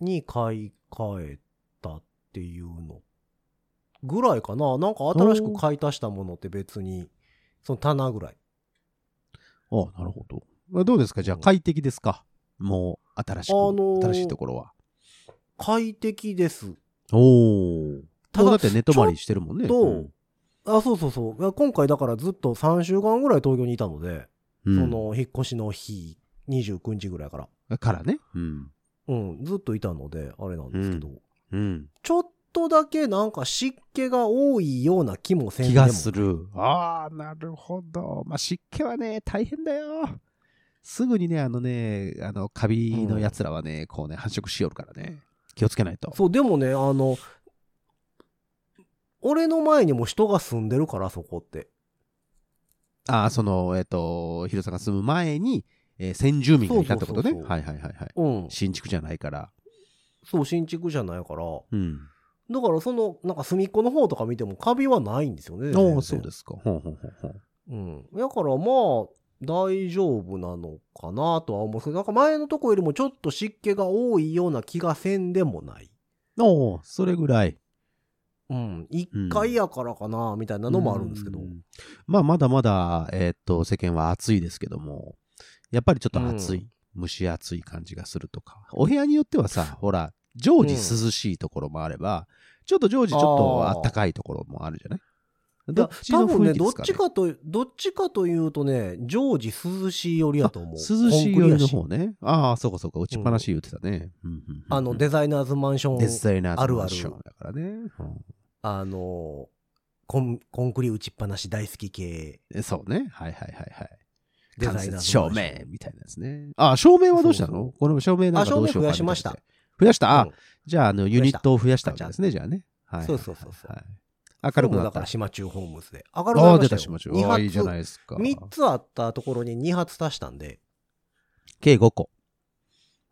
Speaker 2: に買い替えたっていうのぐらいかな。なんか新しく買い足したものって別に、その棚ぐらい。
Speaker 3: ああ、なるほど。まあどうですかじゃあ快適ですかもう、新しく、
Speaker 2: あのー
Speaker 3: 新しいところは。
Speaker 2: 快適です。
Speaker 3: おお。
Speaker 2: ただ
Speaker 3: もうだって寝泊まりしてるもんね。
Speaker 2: ちょっと
Speaker 3: うん
Speaker 2: あ、そうそうそういや。今回だからずっと3週間ぐらい東京にいたので、
Speaker 3: うん
Speaker 2: その引っ越しの日、29日ぐらいから。
Speaker 3: からね。うん。
Speaker 2: うん、ずっといたので、あれなんですけど、
Speaker 3: うん。
Speaker 2: ちょっとだけなんか湿気が多いような気もせんで
Speaker 3: 気
Speaker 2: も
Speaker 3: がする。ああ、なるほど。まあ、湿気はね、大変だよ。すぐにね、あのね、あの、カビのやつらはね、こうね、繁殖しよるからね。気をつけないと。
Speaker 2: そう、でもね、あの、俺の前にも人が住んでるから、そこって。
Speaker 3: ああ、その、えっ、と、ヒロさんが住む前に、えー先住民がいたってことね。
Speaker 2: そうそうそうそう
Speaker 3: はいはいはいはい。
Speaker 2: うん。
Speaker 3: 新築じゃないから。
Speaker 2: そう、新築じゃないから。
Speaker 3: うん。
Speaker 2: だから、その、なんか隅っこの方とか見ても、カビはないんですよね。。
Speaker 3: おお、そうですすか。ほうほうほうほう。
Speaker 2: うん。だから、まあ、大丈夫なのかなとは思うんですけど、なんか前のとこよりもちょっと湿気が多いような気がせんでもない。
Speaker 3: おお、それぐらい。
Speaker 2: うん。一回やからかな、みたいなのもあるんですけど。
Speaker 3: うんまあ、まだまだ、えっと、世間は暑いですけども、やっぱりちょっと暑い、蒸し暑い感じがするとか、お部屋によってはさ、ほら、常時涼しいところもあれば、ちょっと常時ちょっと暖かいところもあるじゃない
Speaker 2: いや多分ね、どっ
Speaker 3: です
Speaker 2: ちかと、どっちかというとね、常時涼しい寄りやと思う。
Speaker 3: 涼しい
Speaker 2: コンクリ
Speaker 3: 寄り
Speaker 2: や
Speaker 3: の方ね。ああ、そうかそうか、打ちっぱなし言ってたね。うんうんうん
Speaker 2: あの、デザイナーズマンショ
Speaker 3: デ
Speaker 2: ン、
Speaker 3: ザイナーズ
Speaker 2: あるある
Speaker 3: マンションだからね。うん
Speaker 2: あの、コン、コンクリ打ちっぱなし大好き系。
Speaker 3: えそうね。はいはいはいはい。
Speaker 2: デザイナーズマ
Speaker 3: 照
Speaker 2: ンション
Speaker 3: 明みたいなやつね。あ、照明はどうしたの
Speaker 2: そうそう
Speaker 3: これも照明なんかどうし
Speaker 2: あ照
Speaker 3: ようか
Speaker 2: 明増やしました
Speaker 3: みいなやつで増やしたあ、
Speaker 2: うん
Speaker 3: じゃあ、あの、ユニットを増やしたわけですね、じゃあね。はい。
Speaker 2: そうそうそうそう
Speaker 3: はい。明るく
Speaker 2: これもだ
Speaker 3: なっ
Speaker 2: か
Speaker 3: た。
Speaker 2: ら
Speaker 3: あ
Speaker 2: 島中ホームズで。明るくなり
Speaker 3: あー、
Speaker 2: ました
Speaker 3: 出た
Speaker 2: よ。
Speaker 3: しましょう。
Speaker 2: 2
Speaker 3: あ
Speaker 2: 発
Speaker 3: ーいいじゃないですか。
Speaker 2: 3つあったところに2発足したんで。
Speaker 3: 計5個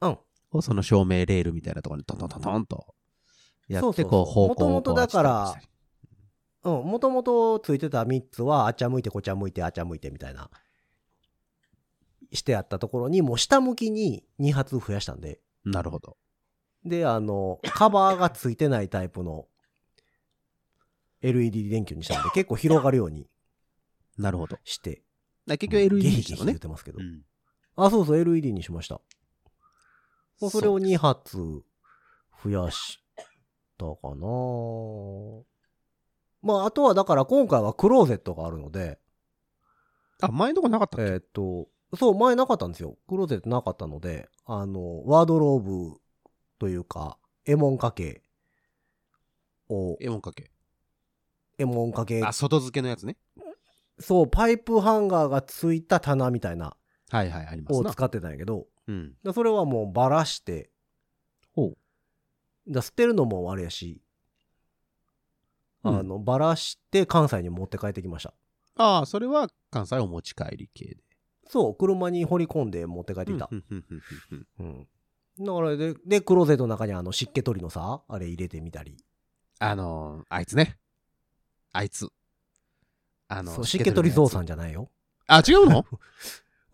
Speaker 2: うん。
Speaker 3: をその照明レールみたいなところにトントントントンとや
Speaker 2: そ
Speaker 3: っ
Speaker 2: うそうそ
Speaker 3: て、
Speaker 2: う
Speaker 3: こう、方向を
Speaker 2: 元々だから
Speaker 3: こうしたり
Speaker 2: うん。もともとついてた3つは、あっちゃ向いて、こっちゃ向いて、あっちゃ向いてみたいな。してあったところに、もう下向きに2発増やしたんで。
Speaker 3: なるほど。
Speaker 2: で、あの、カバーがついてないタイプの LED 電球にしたんで、結構広がるように
Speaker 3: なるほど。
Speaker 2: して。
Speaker 3: だから結局 LED にし
Speaker 2: ゲヒゲ
Speaker 3: た
Speaker 2: ヒ
Speaker 3: の
Speaker 2: 言
Speaker 3: ね
Speaker 2: っ。てますけど
Speaker 3: う。ん
Speaker 2: あ、そうそう、LED にしました。もうそれを2発増やしたかなまあ、あとはだから今回はクローゼットがあるので、
Speaker 3: あ、前のとこなかったっけ
Speaker 2: えーっと、そう、前なかったんですよ。クローゼットなかったので、あの、ワードローブというか、エモン掛けを、
Speaker 3: 絵文かけ。
Speaker 2: エモン掛け
Speaker 3: あ、外付けのやつね。
Speaker 2: そう、パイプハンガーがついた棚みたいな
Speaker 3: はいはい、あります
Speaker 2: を
Speaker 3: な。
Speaker 2: 使ってたんやけど、
Speaker 3: うん。
Speaker 2: でそれはもうバラして、
Speaker 3: ほう。
Speaker 2: だ捨てるのもあれやし、
Speaker 3: うん
Speaker 2: あの、バラして関西に持って帰ってきました。
Speaker 3: ああ、それは関西お持ち帰り系で。
Speaker 2: そう、車に掘り込んで持って帰ってきた
Speaker 3: う。んうんうんうんうん
Speaker 2: うん。だからで、で、クローゼットの中にあの湿気取りのさ、あれ入れてみたり。
Speaker 3: あのー、あいつね。あいつ。あ
Speaker 2: そう湿気取りゾウさ
Speaker 3: ん。
Speaker 2: んじゃないよ。
Speaker 3: あ、違うの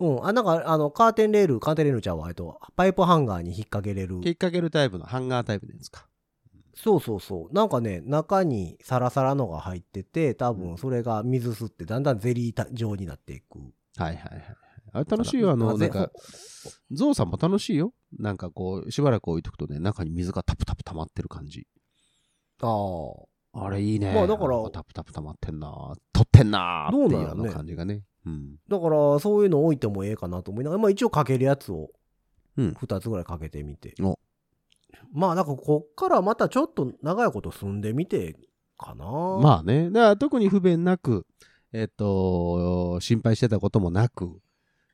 Speaker 2: うん。あ、なんか、あの、カーテンレール、カーテンレールちゃうわ。えっと、パイプハンガーに引っ掛けれる。
Speaker 3: 引っ掛けるタイプの、ハンガータイプのやつか。
Speaker 2: そうそうそう。なんかね、中にサラサラのが入ってて、多分それが水吸って、だんだんゼリー状になっていく。
Speaker 3: はいはいはい。あれ楽しいよ。あの、
Speaker 2: あ
Speaker 3: な
Speaker 2: ぜ
Speaker 3: んか、ゾウさんも楽しいよ。なんかこう、しばらく置いとくとね、中に水がタプタプ溜まってる感じ。
Speaker 2: ああ。ど
Speaker 3: あれいいね。
Speaker 2: まあだから
Speaker 3: なんタプタプ溜まってんな取ってんなー
Speaker 2: どう
Speaker 3: ってい
Speaker 2: なん
Speaker 3: う
Speaker 2: や
Speaker 3: あ
Speaker 2: ろね
Speaker 3: の感じがね。うん。
Speaker 2: だから、そういうの置いてもええかなと思いながら、まあ一応かけるやつを、
Speaker 3: うん
Speaker 2: 二つぐらいかけてみて。
Speaker 3: お
Speaker 2: まあ、なんかこっからまたちょっと長いこと住んでみて、かな。あ、
Speaker 3: まあね、だから特に不便なく、えっ、と、心配してたこともなく、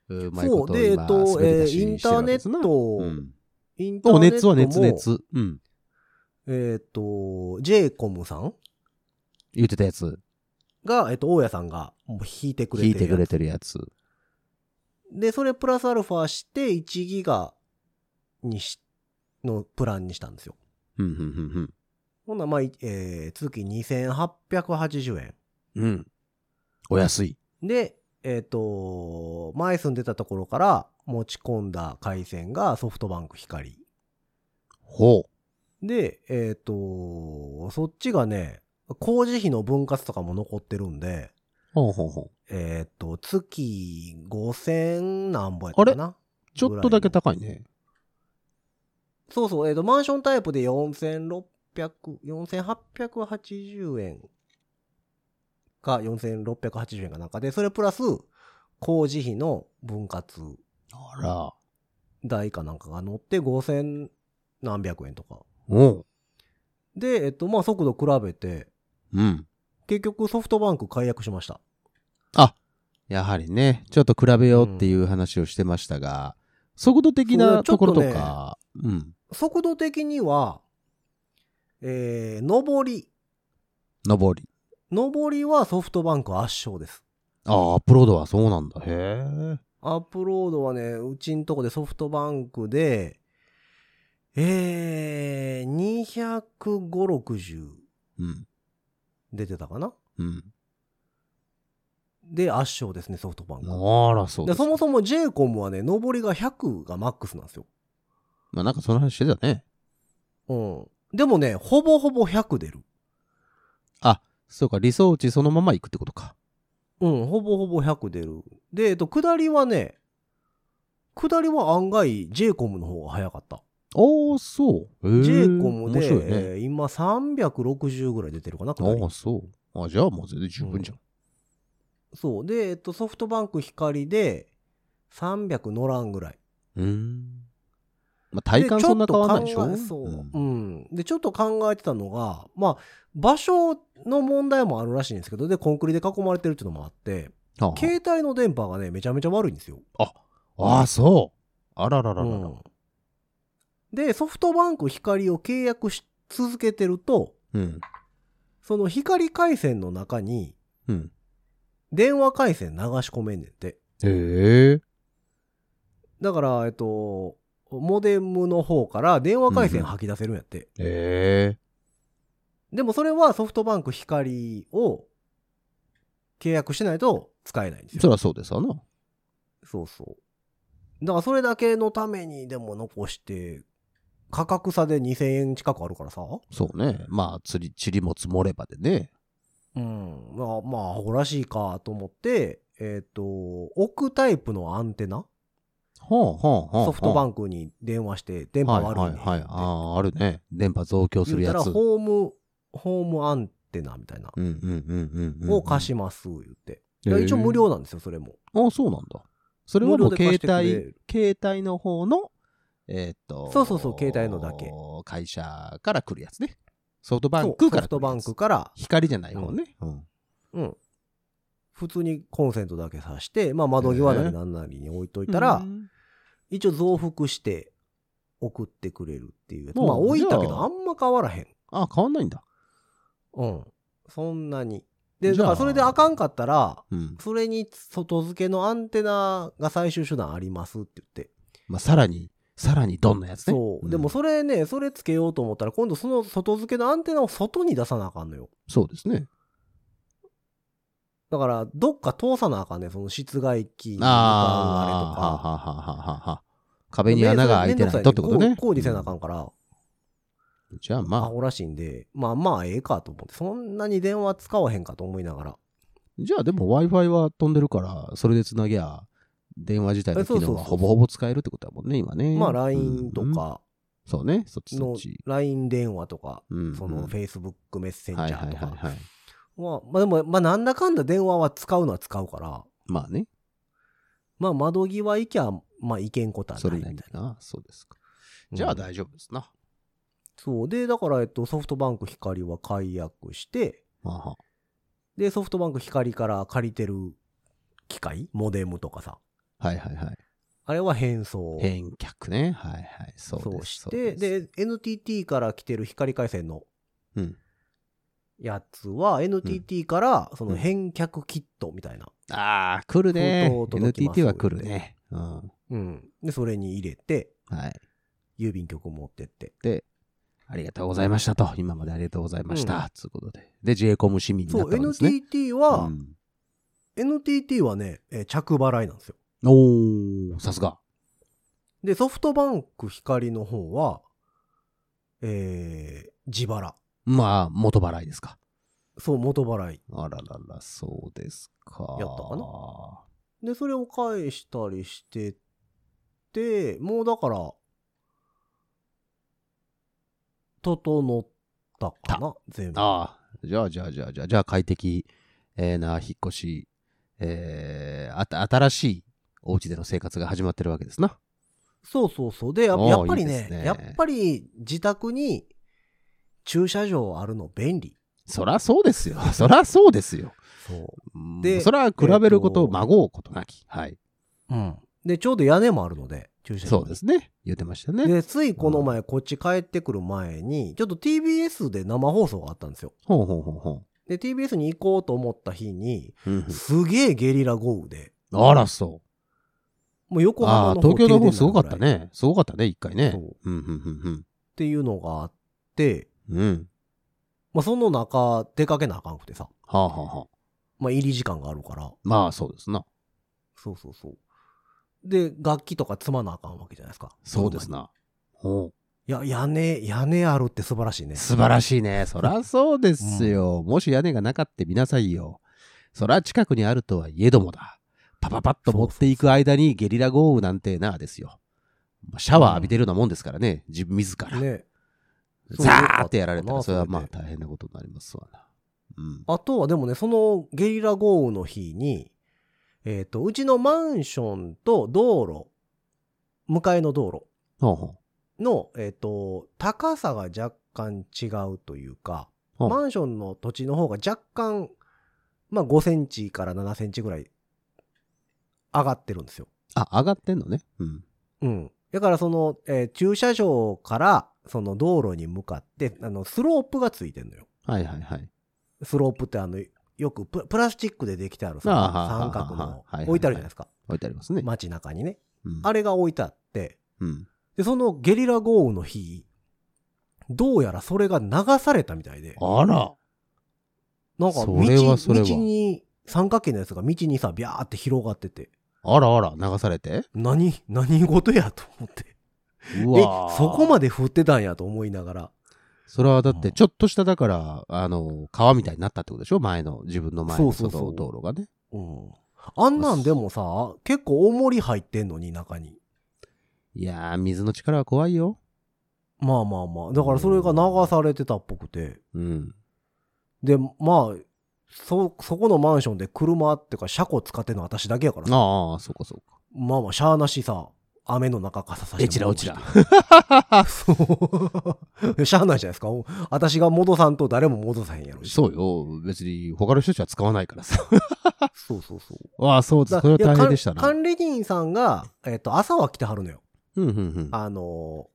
Speaker 3: うまい
Speaker 2: そ
Speaker 3: こ
Speaker 2: う。
Speaker 3: と
Speaker 2: で、えっ
Speaker 3: 今滑り
Speaker 2: と、え
Speaker 3: 出
Speaker 2: ー
Speaker 3: し
Speaker 2: イン
Speaker 3: し
Speaker 2: タ
Speaker 3: てる
Speaker 2: ー
Speaker 3: わけ
Speaker 2: ネ
Speaker 3: ですな
Speaker 2: ット、
Speaker 3: うん
Speaker 2: インターネットも。
Speaker 3: お熱は熱熱。うん。
Speaker 2: えっと、ジェイコムさん
Speaker 3: 言ってたやつ。
Speaker 2: が、えっと、大家さんが、もう弾いてくれて
Speaker 3: 聞
Speaker 2: る。
Speaker 3: いてくれてるやつ。
Speaker 2: で、それプラスアルファして1ギガにし、のプランにしたんですよ。
Speaker 3: うん、うん、
Speaker 2: ほんならまあ、いえー、月2880円。
Speaker 3: うん、うん。うん。お安い。
Speaker 2: で、えっ、と、前住んでたところから持ち込んだ回線がソフトバンク光。
Speaker 3: ほ
Speaker 2: で、えっ、と、そっちがね、工事費の分割とかも残ってるんで、
Speaker 3: う。ほうほうほう。
Speaker 2: えっ、と、月5000何本やったかな。
Speaker 3: ちょっとだけ高いね。
Speaker 2: そうそう、えっ、と、マンションタイプで4600、4880円か4680円かなんかで、それプラス工事費の分割
Speaker 3: あら。
Speaker 2: 代かなんかが乗って5000何百円とか。
Speaker 3: うん。
Speaker 2: で、えっと、まあ、速度比べて、
Speaker 3: うん。
Speaker 2: 結局ソフトバンク解約しました。
Speaker 3: あ、やはりね、ちょっと比べようっていう話をしてましたが、速度的なところとか、うん。
Speaker 2: 速度的には、えー、上り。
Speaker 3: 上り。
Speaker 2: 上りはソフトバンク圧勝です。
Speaker 3: ああ、アップロードはそうなんだ。へえ。
Speaker 2: アップロードはね、うちんとこでソフトバンクで、えー、205、60
Speaker 3: うん。
Speaker 2: 出てたかな
Speaker 3: うん。
Speaker 2: で圧勝ですね、ソフトバンク。
Speaker 3: あら、そう
Speaker 2: で
Speaker 3: ですか
Speaker 2: そもそも j コムはね、上りが100がマックスなんですよ。
Speaker 3: まあ、なんかその話してたね。
Speaker 2: うん。でもね、ほぼほぼ100出る。
Speaker 3: そうか、理想値そのまま行くってことか。
Speaker 2: うん、ほぼほぼ100出る。で、えっと、下りはね、下りは案外 j コムの方が早かった。
Speaker 3: ああ、そう。へえ
Speaker 2: j コムで、
Speaker 3: 面白いね。
Speaker 2: えー今360ぐらい出てるかな、下り
Speaker 3: ああ、そう。あじゃあもう全然十分じゃん。
Speaker 2: そう。で、えっと、ソフトバンク光で300乗らんぐらい。
Speaker 3: うん。まあ、体感そんな変わんないでしょ
Speaker 2: ちょっと考えそう、うんん。で、ちょっと考えてたのが、まあ、場所の問題もあるらしいんですけど、で、コンクリで囲まれてるっていうのもあって、
Speaker 3: はあ
Speaker 2: 携帯の電波がね、めちゃめちゃ悪いんですよ。
Speaker 3: ああ、そう。あららららら。
Speaker 2: うんで、ソフトバンク光を契約し続けてると、
Speaker 3: うん。
Speaker 2: その光回線の中に
Speaker 3: うん。
Speaker 2: 電話回線流し込めんねんて。
Speaker 3: へえ。
Speaker 2: だから、えっと、モデムの方から電話回線吐き出せるんやって。
Speaker 3: へえ。
Speaker 2: でもそれはソフトバンク光を契約しないと使えないんですよ。
Speaker 3: そりゃそうですわな。
Speaker 2: そうそう。だからそれだけのためにでも残して、価格差で2000円近くあるからさ。
Speaker 3: そうね。まあ、釣り、塵も積もればでね。
Speaker 2: うん。まあ、まあ、アホらしいかと思って、えっ、と、置くタイプのアンテナ
Speaker 3: はあ、はあ、はあ。
Speaker 2: ソフトバ
Speaker 3: ン
Speaker 2: ンクに電話して電
Speaker 3: ク
Speaker 2: 波
Speaker 3: はい、
Speaker 2: 悪いね
Speaker 3: はい、
Speaker 2: んって
Speaker 3: はい。ああ、あるね。電波増強する
Speaker 2: 言っ
Speaker 3: や
Speaker 2: たら
Speaker 3: つ。うん、
Speaker 2: ホーム、ホームアンテナみたいな。
Speaker 3: うん、うん、うんうん。
Speaker 2: を貸します、言って。
Speaker 3: へ
Speaker 2: だ
Speaker 3: え。
Speaker 2: から一応無料なんですよ、それも。
Speaker 3: ああ、そうなんだ。それはもう
Speaker 2: 無料で貸
Speaker 3: 携
Speaker 2: してくれ
Speaker 3: 帯
Speaker 2: る、
Speaker 3: 携帯の方の、えーっと、
Speaker 2: そうそうそう携帯のだけ。
Speaker 3: 会社から来るやつね。ソフトバ
Speaker 2: そ
Speaker 3: ン
Speaker 2: う
Speaker 3: クか
Speaker 2: ソ
Speaker 3: ら
Speaker 2: フ
Speaker 3: 来
Speaker 2: ト
Speaker 3: るや
Speaker 2: バ
Speaker 3: つ
Speaker 2: ンクから、
Speaker 3: 光じゃない方ね。うん。
Speaker 2: うん。普通にコンセントだけ挿して、まあ窓際なりなんなりに置いといたら、一応増幅して送ってくれるっていうやつ。
Speaker 3: もう
Speaker 2: まあ置いたけ
Speaker 3: じゃ
Speaker 2: ど
Speaker 3: あ
Speaker 2: あんま変わらへん。
Speaker 3: ああ、変わんないんだ。
Speaker 2: うん。そんなに。で、
Speaker 3: じ
Speaker 2: だ
Speaker 3: ゃあ
Speaker 2: からそれであかんかったら、
Speaker 3: うん。
Speaker 2: それに外付けのアンテナが最終手段ありますって言って。
Speaker 3: まあ、さらに、さらにどんなやつね。
Speaker 2: そう。
Speaker 3: ん
Speaker 2: でもそれね、それつけようと思ったら、今度その外付けのアンテナを外に出さなあかんのよ。
Speaker 3: そうですね。
Speaker 2: だから、どっか通さなあかんねんその室外機に向
Speaker 3: あ
Speaker 2: かう
Speaker 3: あ、は
Speaker 2: あれとか。
Speaker 3: ははははは。壁に穴が開いてないとってことね。
Speaker 2: 工事せなあか
Speaker 3: うん
Speaker 2: んから、
Speaker 3: じゃあ
Speaker 2: ア
Speaker 3: まあ、
Speaker 2: ホらしいんで、まあまあええかと思って、そんなに電話使わへんかと思いながら。
Speaker 3: じゃあでも Wi-Fi は飛んでるから、それでつなぎゃ、電話自体の機
Speaker 2: えそ
Speaker 3: 能
Speaker 2: うそう
Speaker 3: は
Speaker 2: そう
Speaker 3: ほぼほぼ使えるってことだもんね、今ね。
Speaker 2: まあ LINE と
Speaker 3: うんうん
Speaker 2: か、
Speaker 3: そうね、そっちそっ
Speaker 2: の
Speaker 3: ち。
Speaker 2: LINE 電話とか、
Speaker 3: うん
Speaker 2: そ
Speaker 3: うん
Speaker 2: の Facebook メッセンジ
Speaker 3: はい
Speaker 2: ャ
Speaker 3: は
Speaker 2: ー
Speaker 3: い
Speaker 2: と
Speaker 3: はい
Speaker 2: か。
Speaker 3: はい。
Speaker 2: まあまあでも、まあなんだかんだ電話は使うのは使うから、
Speaker 3: まあね、
Speaker 2: まあ窓際行きゃ、まあ行けんことは
Speaker 3: そ
Speaker 2: ない
Speaker 3: れ
Speaker 2: み
Speaker 3: な
Speaker 2: たい
Speaker 3: りだな。そうですか。
Speaker 2: な。
Speaker 3: じゃ
Speaker 2: う
Speaker 3: あ
Speaker 2: ん
Speaker 3: 大丈夫ですな。
Speaker 2: そう。で、だから、えっと、ソフトバンク光は解約して、
Speaker 3: はあは
Speaker 2: で、ソフトバンク光から借りてる機械モデムとかさ。
Speaker 3: あはいはいはい。
Speaker 2: あれは変装。
Speaker 3: 返却ね。はいはい。そうです。
Speaker 2: そうし
Speaker 3: う
Speaker 2: て、
Speaker 3: す、
Speaker 2: で、NTT から来てる光回線の
Speaker 3: うん。
Speaker 2: やつは、NTT からその返却キットみたいな。
Speaker 3: ああ、来るね。
Speaker 2: 封筒届きます
Speaker 3: NTT は来るね。うん。
Speaker 2: うん。で、それに入れて、
Speaker 3: はい。
Speaker 2: 郵便局持ってって。
Speaker 3: で、ありがとうございましたと。今までありがとうございまし
Speaker 2: う
Speaker 3: た。つうことで。で、j コム市民に
Speaker 2: そ
Speaker 3: なっ
Speaker 2: う、
Speaker 3: たんですね。
Speaker 2: NTT は、
Speaker 3: うん
Speaker 2: NTT はね、えー着払いなんですよ。
Speaker 3: おー、さすが。
Speaker 2: で、ソフトバンク光の方は、えー自腹。
Speaker 3: まあ、元払いですか。
Speaker 2: そう、元払い。
Speaker 3: あららら、そうですか。
Speaker 2: やったかで、それを返したりしてって、もうだから、整ったかな全部。
Speaker 3: ああ、じゃあ、じゃあ、じゃあ、じゃあ、じゃあ、快適、えーな、引っ越し、えー、あた、新しいお家での生活が始まってるわけですな。
Speaker 2: そうそうそう。で、や
Speaker 3: おー
Speaker 2: やっぱり
Speaker 3: いいで
Speaker 2: ね
Speaker 3: すね
Speaker 2: やっぱり自宅に駐車場あるの便利。
Speaker 3: そらそうですよ。そらそうですよ。
Speaker 2: そで
Speaker 3: で、そら比べること、
Speaker 2: えーと
Speaker 3: まごうことなき。はい。
Speaker 2: う。うん。で、ちょうど屋根もあるので、駐車場。
Speaker 3: そうですね。言ってましたね。
Speaker 2: で、ついこの前、こっち帰ってくる前に、ちょっと TBS で生放送があったんですよ。
Speaker 3: ほうほうほうほ
Speaker 2: で、TBS に行こうと思った日に、
Speaker 3: う。うん
Speaker 2: すげえゲリラ豪雨で、
Speaker 3: うん、あら、そ
Speaker 2: もう横
Speaker 3: う。あ
Speaker 2: 浜
Speaker 3: あ
Speaker 2: の
Speaker 3: ー、
Speaker 2: 方
Speaker 3: 東京の方
Speaker 2: 停
Speaker 3: す
Speaker 2: 電
Speaker 3: ご
Speaker 2: になる
Speaker 3: かっ
Speaker 2: ぐら
Speaker 3: た
Speaker 2: い
Speaker 3: ね。すごかったね、一回
Speaker 2: そう
Speaker 3: ね。
Speaker 2: っ
Speaker 3: うん、うん、うん、
Speaker 2: ていうのがあって、
Speaker 3: うん。うん。
Speaker 2: まあ、その中、出かけなあかんくてさ、
Speaker 3: はあ、はあ、はあ。
Speaker 2: まあ、入り時間があるから、
Speaker 3: まあ、そうですな。
Speaker 2: そうそうそう。で、楽器とか積まなあかんわけじゃないですか。
Speaker 3: そうですな。ほう。
Speaker 2: いや、屋根、屋根あるって素晴らしいね。
Speaker 3: 素晴らしいね。そらそうですよ。もし屋根がなかって見なさいよ。そら近くにあるとはいえどもだ。パパパッと持っていく間にゲリラ豪雨なんてなあですよ。まあシャワー浴びてるようなもんですからね。自分自ら。
Speaker 2: ね。
Speaker 3: ザーってやられたら、それは
Speaker 2: ま
Speaker 3: ま
Speaker 2: あ
Speaker 3: あ大変なことになりますわな。うん。
Speaker 2: あとはでもね、そのゲリラ豪雨の日に、えっ、と、うちのマンションと道路、向かいの道
Speaker 3: ほうほ
Speaker 2: 路の、えっ、と、高さが若干違うというか、
Speaker 3: うん
Speaker 2: マンションの土地の方が若干、まあ5センチから7センチぐらい上がってるんですよ。
Speaker 3: あ、上がってんのね。うん。
Speaker 2: うん。だからその、えー駐車場からその道路に向かって、あの、スロープがついてんのよ。
Speaker 3: はいはいはい。
Speaker 2: スロープってあの、よくププラスチックでできてあるさ
Speaker 3: あははは
Speaker 2: 三角
Speaker 3: はい
Speaker 2: の
Speaker 3: はいはい
Speaker 2: 置いてあるじゃないですか。
Speaker 3: 置いてありますね。
Speaker 2: 街中にね。
Speaker 3: うん、
Speaker 2: あれが置いてあって、
Speaker 3: うん。
Speaker 2: で、そのゲリラ豪雨の日、どうやらそれが流されたみたいで、
Speaker 3: あら。
Speaker 2: なんか道
Speaker 3: それはそれは
Speaker 2: 道に、三角形のやつが道にさ、ビャーって広がってて、
Speaker 3: あらあら、流されて。
Speaker 2: 何、何事やと思って。
Speaker 3: う
Speaker 2: え、
Speaker 3: わー
Speaker 2: そこまで降ってたんやと思いながら。
Speaker 3: それはだって、ちょっとした、だから、あの、川みたいになったってことでしょ前の、自分の前の
Speaker 2: そうそうそう
Speaker 3: 外道路がね。
Speaker 2: うん。あんなんでもさ、結構重り入ってんのに、中に。
Speaker 3: いやー、水の力は怖いよ。
Speaker 2: まあまあまあ。だからそれが流されてたっぽくて。
Speaker 3: うん。
Speaker 2: で、まあ、そ、そこのマンションで車ってか車庫使ってんの私だけやからさ。
Speaker 3: ああ、そうかそうか。
Speaker 2: まあまあ、しゃーなしさ、雨の中傘さして。
Speaker 3: えちらおちら。。
Speaker 2: そう。しゃーないじゃないですか。お私が戻さんと誰も戻さへんやろし。
Speaker 3: そうよ。別に、他の人たちは使わないからさ。
Speaker 2: そうそうそう。
Speaker 3: ああ、そうです。
Speaker 2: だ
Speaker 3: これは大
Speaker 2: いや
Speaker 3: 変でしたな。
Speaker 2: か
Speaker 3: うん
Speaker 2: 管理人さんが、えっと、朝は来てはるのよ。
Speaker 3: うんうん。
Speaker 2: あの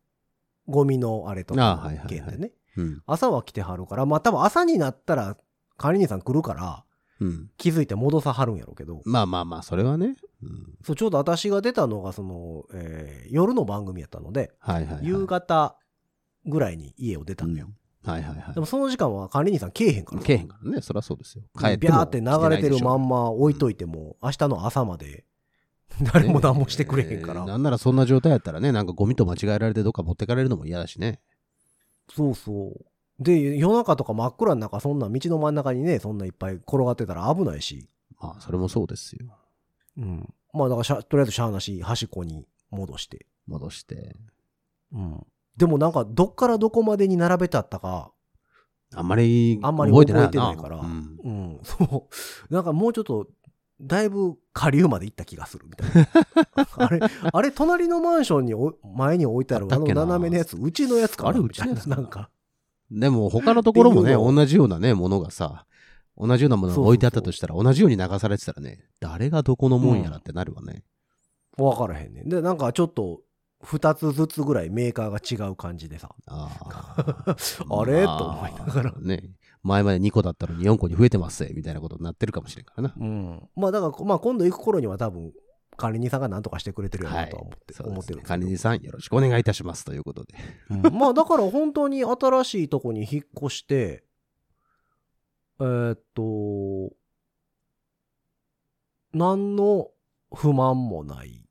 Speaker 2: ー、ゴミのあれと
Speaker 3: あは
Speaker 2: か
Speaker 3: いはいは、い
Speaker 2: 件でね。
Speaker 3: うん。
Speaker 2: 朝は来てはるから、まあ多分朝になったら管理人さん来るから
Speaker 3: うん。
Speaker 2: 気づいて戻さはるんやろうけど、
Speaker 3: まあまあまあ、それはね。うん。
Speaker 2: そうちょうど私が出たのがその、えー夜の番組やったので、
Speaker 3: はいはい、はい。
Speaker 2: 夕方ぐらいに家を出たのよ。
Speaker 3: うんはいはいはい
Speaker 2: で。もその時間は管理人さん来えへんから。
Speaker 3: けえへんからね。そりゃそうですよ。帰って
Speaker 2: ビ
Speaker 3: も
Speaker 2: ャーって流れてるまんま置いといても、明日の朝まで誰も何もしてくれへんから。
Speaker 3: ねえなんならそんな状態やったらね、なんかゴミと間違えられてどっか持ってかれるのも嫌だしね。
Speaker 2: そうそう。で、夜中とか真っ暗の中、そんな道の真ん中にね、そんないっぱい転がってたら危ないし。
Speaker 3: まあ、それもそうですよ。
Speaker 2: うん。まあだからしゃ、とりあえずしゃーなし、端っこに戻して。
Speaker 3: 戻して。
Speaker 2: うん。でもなんか、どっからどこまでに並べてあったか、
Speaker 3: あんまり
Speaker 2: あんまり
Speaker 3: 覚
Speaker 2: 覚
Speaker 3: え
Speaker 2: え
Speaker 3: て
Speaker 2: て
Speaker 3: な
Speaker 2: ないい
Speaker 3: な
Speaker 2: から。う
Speaker 3: うんん、
Speaker 2: そう。なんかもうちょっと、だいぶ下流まで行った気がするみた いな。あれ、あれ、隣のマンションにお前に置いてある
Speaker 3: あっ
Speaker 2: あ
Speaker 3: たっ
Speaker 2: の
Speaker 3: けな
Speaker 2: 斜めのやつ、うちのやつかな
Speaker 3: あれ
Speaker 2: みたいな
Speaker 3: うちのやつかな
Speaker 2: なんか。
Speaker 3: でも他のところも
Speaker 2: っていう
Speaker 3: ね、
Speaker 2: のを
Speaker 3: 同じようなね、ものがさ、同じようなものが置いてあったとしたら、同じように流されてたらね、誰がどこのもんやらってなるわね。
Speaker 2: わからへんねん。で、なんかちょっと、二つずつぐらいメーカーが違う感じでさ。
Speaker 3: ああ。
Speaker 2: あれ、と思いながら
Speaker 3: まあ。ね、前まで2個だったのに4個に増えてますぜみたいなことになってるかもしれんからな。
Speaker 2: うん。まあだから、まあ今度行く頃には多分、管理人さんが何とかしてくれてるよなとは思って、
Speaker 3: そう
Speaker 2: 思
Speaker 3: で
Speaker 2: っ
Speaker 3: す
Speaker 2: てるん。
Speaker 3: ね
Speaker 2: ですけ
Speaker 3: 管
Speaker 2: ど
Speaker 3: 理人さん、よろしくお願いいたします。ということで。
Speaker 2: うんまあだから本当に新しいとこに引っ越して、えーっと、何の不満もない。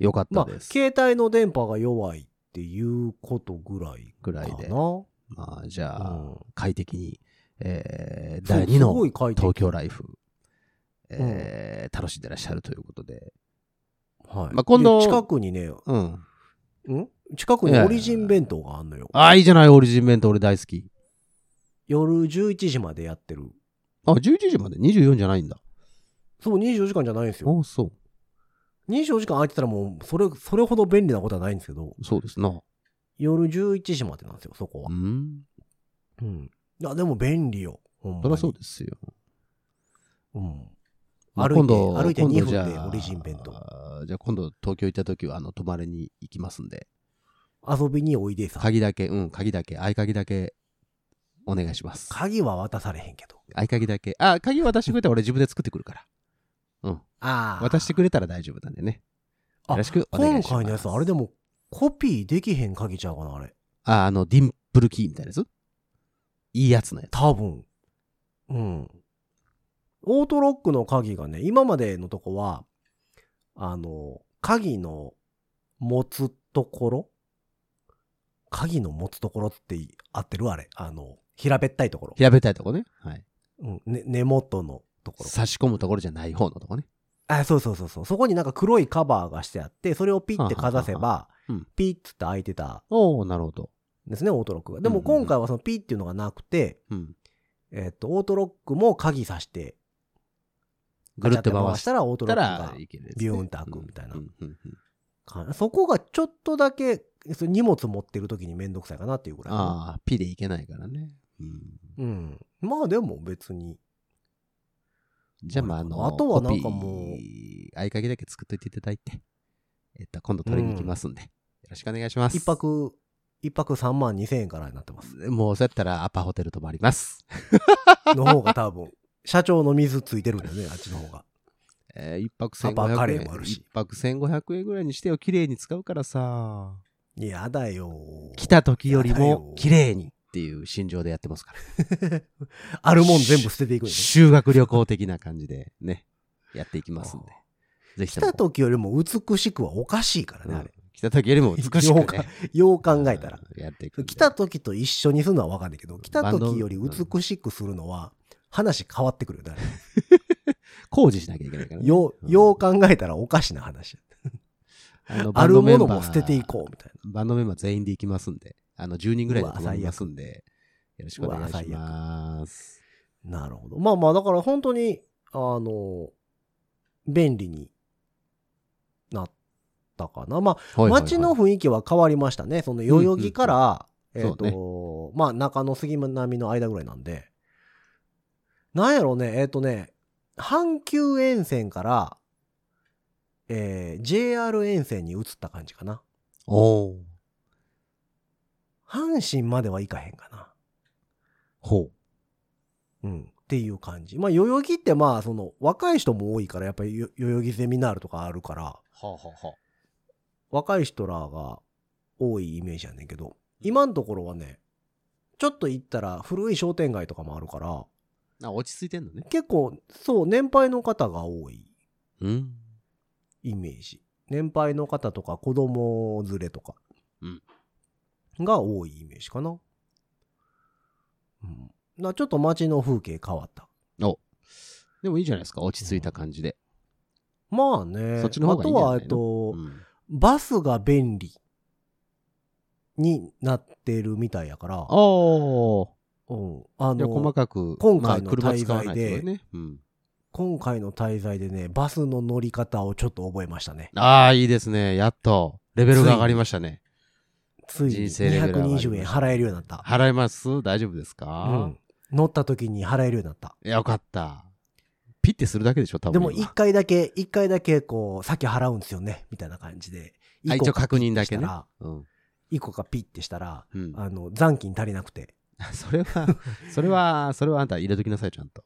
Speaker 3: よかっ
Speaker 2: ま
Speaker 3: た
Speaker 2: あ
Speaker 3: で、す。
Speaker 2: 携帯の電波が弱いっていうことぐらい
Speaker 3: ぐ
Speaker 2: から
Speaker 3: いで。
Speaker 2: な。う
Speaker 3: まあ、じゃあ、
Speaker 2: ん
Speaker 3: 快適に、えー
Speaker 2: そう
Speaker 3: 第2
Speaker 2: すご
Speaker 3: の
Speaker 2: い快適
Speaker 3: 東京ライフ、えー楽しんでらっしゃるということで。
Speaker 2: はい。
Speaker 3: まあ今度
Speaker 2: で近くにね、
Speaker 3: うん。
Speaker 2: ん近くにオリジン弁当があんのよ。
Speaker 3: ああ、いいじゃない、オリジン弁当俺大好き。
Speaker 2: 夜11時までやってる。
Speaker 3: あ、11時まで24じゃないんだ。
Speaker 2: そう、24時間じゃないんですよ。
Speaker 3: あそ
Speaker 2: 24時間空いてたらもう、それ、それほど便利なことはないんですけど、
Speaker 3: う。そうですな。
Speaker 2: 夜11時までなんですよ、そこは
Speaker 3: う。ん。
Speaker 2: うん。いや、でも便利よ。ほんまに
Speaker 3: そりゃそうですよ。
Speaker 2: うん。
Speaker 3: まあ
Speaker 2: 歩いて歩いて2分
Speaker 3: じゃあ
Speaker 2: でオリジン弁当
Speaker 3: じゃあ今度東京行った時は、あの、泊まれに行きますんで、
Speaker 2: 遊びにおいでさ。
Speaker 3: 鍵だけ、うん、鍵だけ、合鍵だけ、お願いします。
Speaker 2: 鍵は渡されへんけど。
Speaker 3: 合鍵だけ。あ、鍵渡してくれたら俺自分で作ってくるから。
Speaker 2: ああ。
Speaker 3: 渡してくれたら大丈夫なんでね。
Speaker 2: あ
Speaker 3: よろしくお願
Speaker 2: 今
Speaker 3: いします。
Speaker 2: 回のやつ、あれでも、コピーできへん鍵ちゃうかな、あれ。
Speaker 3: あ、あの、ディンプルキーみたいなやついいやつのやつ。
Speaker 2: 多分。うん。オートロックの鍵がね、今までのとこは、あの、鍵の持つところ鍵の持つところって合ってるあれ。あの、平べったいところ。
Speaker 3: 平べったいとこね。はい。
Speaker 2: うん、ね、根元のところ。
Speaker 3: 差し込むところじゃない方のとこね。
Speaker 2: あ、そうそうそうそう。そこになんか黒いカバーがしてあって、それをピッてかざせ
Speaker 3: は
Speaker 2: ば
Speaker 3: ははうん、
Speaker 2: ピッつって開いてた
Speaker 3: おおなるほど。
Speaker 2: んですね、オートロックが。で
Speaker 3: うんう
Speaker 2: も
Speaker 3: んうん
Speaker 2: 今回はそのピッっていうのがなくて、
Speaker 3: うん。
Speaker 2: えっと、オートロックも鍵さして、
Speaker 3: ぐるっ
Speaker 2: ガチ
Speaker 3: と
Speaker 2: ャ
Speaker 3: 回
Speaker 2: 回
Speaker 3: し
Speaker 2: したらオートロ
Speaker 3: た
Speaker 2: ックが
Speaker 3: らいけるやつね。
Speaker 2: ビューンと開くみたいな
Speaker 3: うんうんうん
Speaker 2: かそこがちょっとだけ、その荷物持ってる時にめんどくさいかなっていうぐらいかな。
Speaker 3: ああ、ピでいけないからね。うん
Speaker 2: うん。まあでも別に。
Speaker 3: じゃあ、まあ、あの、
Speaker 2: あとはなんかもう
Speaker 3: コピー合鍵だけ作っといていただいて、えっと、今度取りに行きますんで、よろしくお願いします。
Speaker 2: 一。泊、一泊3万2千円からになってます。
Speaker 3: もう、そうやったらアパホテル泊まります。
Speaker 2: の方が多 分、社長の水ついてるんだよね、あっちの方が。
Speaker 3: えー一泊
Speaker 2: アパカ
Speaker 3: 1500
Speaker 2: レー
Speaker 3: 円
Speaker 2: もあるし
Speaker 3: 一泊1500円ぐらいにしてよ綺麗に使うからさ
Speaker 2: いやだよ。
Speaker 3: 来た時より
Speaker 2: やだよ
Speaker 3: も綺麗にっていう心情でやってますから
Speaker 2: あるもん全部捨てていくよね。
Speaker 3: 修学旅行的な感じでねやっていきますんでぜ ひ
Speaker 2: 来
Speaker 3: とも
Speaker 2: た時よりも美しくはおかしいから
Speaker 3: う
Speaker 2: ね、
Speaker 3: ん
Speaker 2: あれ。
Speaker 3: 来た時よりも美しく、
Speaker 2: よう
Speaker 3: ね
Speaker 2: か、よう考えたら。
Speaker 3: うんやっていくんで
Speaker 2: 来た時と一緒にするのはわかんないけど、来た時より
Speaker 3: バンド
Speaker 2: 美しくするのは、話変わってくるよねあれ。
Speaker 3: 工事しなきゃいけないから、ね、
Speaker 2: よ
Speaker 3: う
Speaker 2: う、
Speaker 3: ん
Speaker 2: よう考えたらおかしな話。
Speaker 3: あの
Speaker 2: あるものも捨ててい
Speaker 3: バ
Speaker 2: こ
Speaker 3: ンドメンバー
Speaker 2: うみたい
Speaker 3: バンドメンバー全員で行きますんであの10人ぐらいで泊まりますんでよろしくお願いし
Speaker 2: うわ
Speaker 3: ます
Speaker 2: な。なるほど。まあまあ、だから本当に、あの、便利になったかな。まあ、
Speaker 3: はいはいはい
Speaker 2: 街の雰囲気は変わりましたね。その代々木から、
Speaker 3: うん
Speaker 2: え
Speaker 3: うん
Speaker 2: っと、まあ中野杉並の間ぐらいなんで。なんやろうね、えっとね、阪急沿線から、えー JR 沿線に移った感じかな。
Speaker 3: おー
Speaker 2: 阪神までは行かへんかな。
Speaker 3: ほ
Speaker 2: う
Speaker 3: う
Speaker 2: ん、っていう感じ。まあ、代々木ってまあ、その、若い人も多いから、やっぱりよ代々木ゼミナールとかあるから、
Speaker 3: はあはあはあ
Speaker 2: 若い人らが多いイメージやねんけど、今のところはね、ちょっと行ったら古い商店街とかもあるから、
Speaker 3: あ落ち着いてんのね。
Speaker 2: 結構、そう、年配の方が多い
Speaker 3: うん。
Speaker 2: イメージ。年配の方とか子供連れとか
Speaker 3: うん、
Speaker 2: が多いイメージかな。うん。なちょっと街の風景変わった。
Speaker 3: おでもいいじゃないですか、落ち着いた感じで。
Speaker 2: まあね。
Speaker 3: そっちの方がいいんじゃないの
Speaker 2: あとは、えっと、
Speaker 3: うん
Speaker 2: バスが便利になってるみたいやから、
Speaker 3: おー
Speaker 2: うん、あ
Speaker 3: じゃあ細
Speaker 2: の、
Speaker 3: かく、
Speaker 2: 今回の
Speaker 3: まあ車使わないって
Speaker 2: 滞
Speaker 3: こと
Speaker 2: 在で
Speaker 3: ね。うん、
Speaker 2: 今回の滞在でね、バスの乗り方をちょっと覚えましたね。
Speaker 3: ああ、いいですね。やっと、レベルが上がりましたね。
Speaker 2: ついに
Speaker 3: 人生レベル上がりました
Speaker 2: 220円払えるようになった。
Speaker 3: 払います大丈夫です
Speaker 2: う
Speaker 3: か
Speaker 2: ん、乗った時に払えるようになった。
Speaker 3: いやよかった。ピッてするだけでしょ、多分。
Speaker 2: でも
Speaker 3: 今
Speaker 2: 一回だけ、一回だけこう、先払うんですよね、みたいな感じで。
Speaker 3: あ一応確認だ
Speaker 2: し
Speaker 3: け
Speaker 2: た
Speaker 3: ね。
Speaker 2: ら、
Speaker 3: うん。
Speaker 2: 一個がピッてしたら、
Speaker 3: うん、
Speaker 2: あの、残金足りなくて、
Speaker 3: それは、 それは、それはあんた入れときなさい、ちゃんと。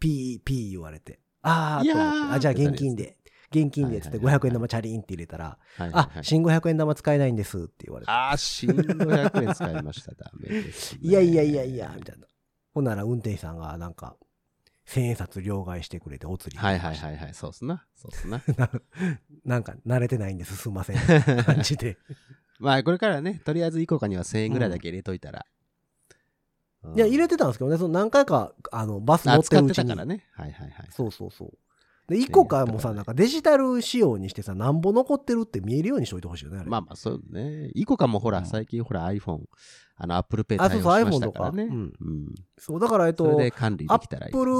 Speaker 2: ピー、ピー言われて。あー
Speaker 3: い
Speaker 2: と
Speaker 3: やー
Speaker 2: 思ってあ、じゃあ現金で、現金でっつって500円
Speaker 3: はいはいはいは
Speaker 2: 玉チャリンって入れたら、
Speaker 3: はいはい
Speaker 2: あ
Speaker 3: はい、
Speaker 2: 新500円玉使えないんですって言われて。
Speaker 3: あー、しんど500円使いました。ダメです、ね。
Speaker 2: いやいやいやいや、みたいな。ほんなら運転手さんがなんか、千円札両替してくれてお釣り。
Speaker 3: はいはいはいはい。そうっすな。そうっすな。
Speaker 2: ななんか慣れてないんですすんま せんって感じで
Speaker 3: まあこれからね、とりあえずイコカには1000円ぐらいだけ入れといたら。うん
Speaker 2: いや入れてたんですけどねその何回かあのバス乗
Speaker 3: あ
Speaker 2: って
Speaker 3: 使っ
Speaker 2: るう
Speaker 3: て
Speaker 2: ち
Speaker 3: た
Speaker 2: に
Speaker 3: からね。はいはいはい。
Speaker 2: そうそうそうで一個かもさなんかデジタル仕様にしてさなんぼ残ってるって見えるようにしといてほしいよねあれ
Speaker 3: まあまあそうね。イコカもほ
Speaker 2: う
Speaker 3: ら、
Speaker 2: ん
Speaker 3: 最近ほら iPhone、あの Apple Pay
Speaker 2: あ
Speaker 3: 対
Speaker 2: そう
Speaker 3: 応
Speaker 2: そう
Speaker 3: しま
Speaker 2: iPhone
Speaker 3: した
Speaker 2: と
Speaker 3: から
Speaker 2: か、
Speaker 3: ね。
Speaker 2: うん、
Speaker 3: うん。
Speaker 2: そうだからえっ
Speaker 3: そ
Speaker 2: と
Speaker 3: れで管理で
Speaker 2: ア
Speaker 3: きた
Speaker 2: ッ
Speaker 3: らいい。
Speaker 2: プル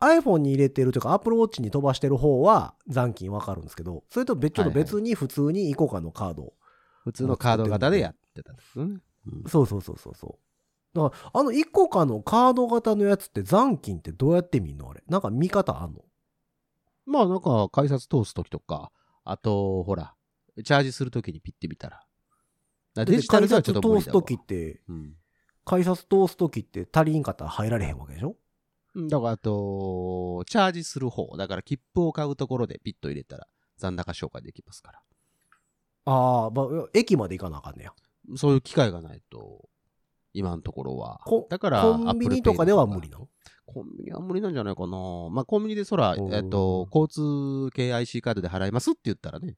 Speaker 2: iPhone に入れてるというか Apple Watch に飛ばしてる方は残金わかるんですけどそれと別ちょっと別に普通にイコカのカード、
Speaker 3: 普通のカード型でやってたんですよね。うん
Speaker 2: そうそうそうそうそう。だから、あの、イコカのカード型のやつって残金ってどうやって見んのあれ。なんか見方あんの
Speaker 3: まあなんか改札通すときとか、あとほら、チャージするときにピッて見たら。だからデジタルではちょっと無
Speaker 2: 改
Speaker 3: 理
Speaker 2: 札通
Speaker 3: だ
Speaker 2: す
Speaker 3: わ
Speaker 2: ときって、
Speaker 3: うん
Speaker 2: 改札通すときって足りんかったら入られへんわけでしょ
Speaker 3: うん。だからあと、チャージする方、だから切符を買うところでピッと入れたら残高紹介できますから。
Speaker 2: ああ、まあ、駅まで行かなあかんねや。
Speaker 3: そういう機会がないと、今のところは
Speaker 2: こ。
Speaker 3: だから、
Speaker 2: コンビニとかでは
Speaker 3: Apple Pay の方が
Speaker 2: 無理なの
Speaker 3: コンビニは無理なんじゃないかな。まあ、コンビニでそら、
Speaker 2: うん
Speaker 3: えっと、交通系 IC カードで払いますって言ったらね、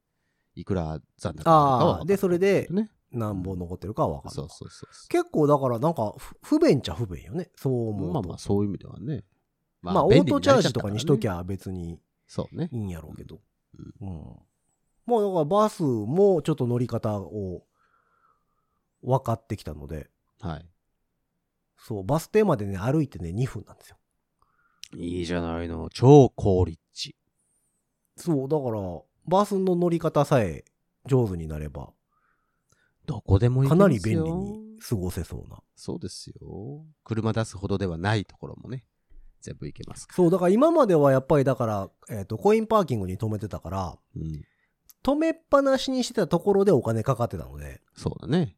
Speaker 3: いくら残高なのかは分か
Speaker 2: あ
Speaker 3: る
Speaker 2: ーでそれで
Speaker 3: ね。
Speaker 2: 何本残ってるかはわかん
Speaker 3: そ
Speaker 2: な
Speaker 3: う
Speaker 2: い。
Speaker 3: そうそうそう。
Speaker 2: 結構だからなんかふ不便っちゃ不便よね。そう思うと。
Speaker 3: まあまあ、そういう意味ではね。
Speaker 2: まあオートチャージとか
Speaker 3: 便利
Speaker 2: にし
Speaker 3: な
Speaker 2: と
Speaker 3: っち
Speaker 2: き
Speaker 3: ゃっ
Speaker 2: ゃ別に
Speaker 3: たからね。そうね。
Speaker 2: いいんやろうけど。
Speaker 3: う
Speaker 2: うん。まあだからバスもちょっと乗り方を分かってきたので、
Speaker 3: はい。
Speaker 2: そう、バス停までね、歩いてね、2分なんですよ。
Speaker 3: いいじゃないの。超高立地。
Speaker 2: そう、だから、バスの乗り方さえ上手になれば、
Speaker 3: どこでも行
Speaker 2: か
Speaker 3: け
Speaker 2: な
Speaker 3: ま
Speaker 2: り
Speaker 3: す
Speaker 2: 便
Speaker 3: よ
Speaker 2: 利に過ごせそうな。
Speaker 3: そうですよ。車出すほどではないところもね、全部行けますから。
Speaker 2: そう、だから今まではやっぱりだから、えっ、と、コインパーキングに止めてたから、
Speaker 3: うん。
Speaker 2: 止めっぱなしにしてたところでお金かかってたので、
Speaker 3: そうだね。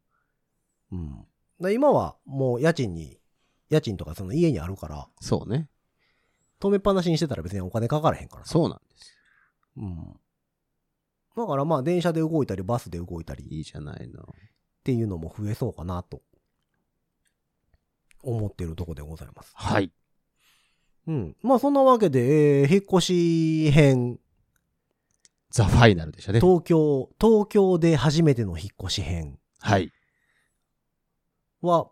Speaker 2: うん。だから今はもう家賃に、家賃とかその家にあるから、
Speaker 3: そうね。
Speaker 2: 止めっぱなしにしてたら別にお金かからへんからさ。
Speaker 3: そうなんですよ
Speaker 2: うん。だからまあ電車で動いたりバスで動いたり
Speaker 3: いいじゃないの。
Speaker 2: っていうのも増えそうかなと思ってるとこでございます。
Speaker 3: はい。
Speaker 2: うん。まあそんなわけで、えー、引っ越し編、
Speaker 3: ザ・ファイナルでしたね。
Speaker 2: 東京、東京で初めての引っ越し編
Speaker 3: はい。
Speaker 2: は、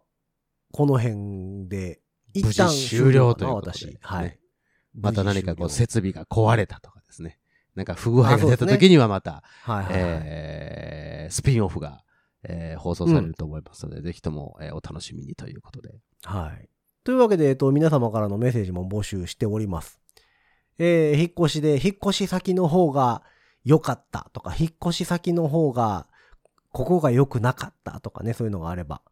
Speaker 2: この辺で、一
Speaker 3: 無
Speaker 2: 旦
Speaker 3: 事終了ということで
Speaker 2: 終了かな私。はい
Speaker 3: ね。また何かこう
Speaker 2: 無事終了
Speaker 3: 設備が壊れたとかですね。なんか不具合が
Speaker 2: あそうで
Speaker 3: 出た
Speaker 2: すね
Speaker 3: 時にはまた、
Speaker 2: はいはいはい、
Speaker 3: えースピンオフが、えー放送されると思いますので、ぜひとも、えーお楽しみにということで。
Speaker 2: はい。というわけで、えっと、皆様からのメッセージも募集しております。えー、引っ越しで、引っ越し先の方が良かったとか、引っ越し先の方が、ここが良くなかったとかね、そういうのがあれば、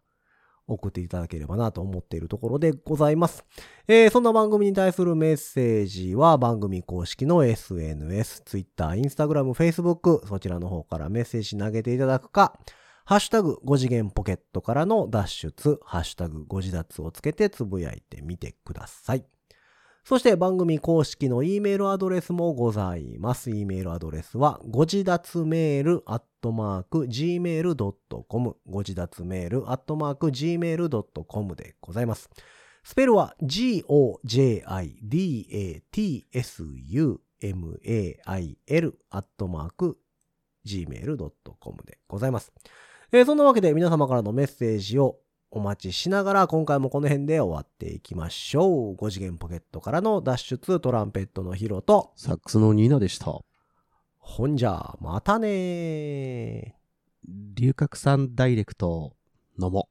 Speaker 2: 送っていただければなと思っているところでございます。えー、そんな番組に対するメッセージは、番組公式の SNS、Twitter、Instagram、Facebook、そちらの方からメッセージ投げていただくか、ハッシュタグ5次元ポケットからの脱出、ハッシュタグ5次脱をつけてつぶやいてみてください。そして番組公式の E メールアドレスもございます。E メールアドレスは、ご自立メールアットマーク gmail.com、ご自立メールアットマーク gmail.com でございます。スペルは g-o-j-i-d-a-t-s-u-m-a-i-l アットマーク gmail.com でございます。えーそんなわけで皆様からのメッセージをお待ちしながら今回もこの辺で終わっていきましょう。5次元ポケットからの脱出トランペットのヒロと、
Speaker 3: サックスのニーナでした。
Speaker 2: ほんじゃ、またねー。
Speaker 3: 龍角散ダイレクト、のも。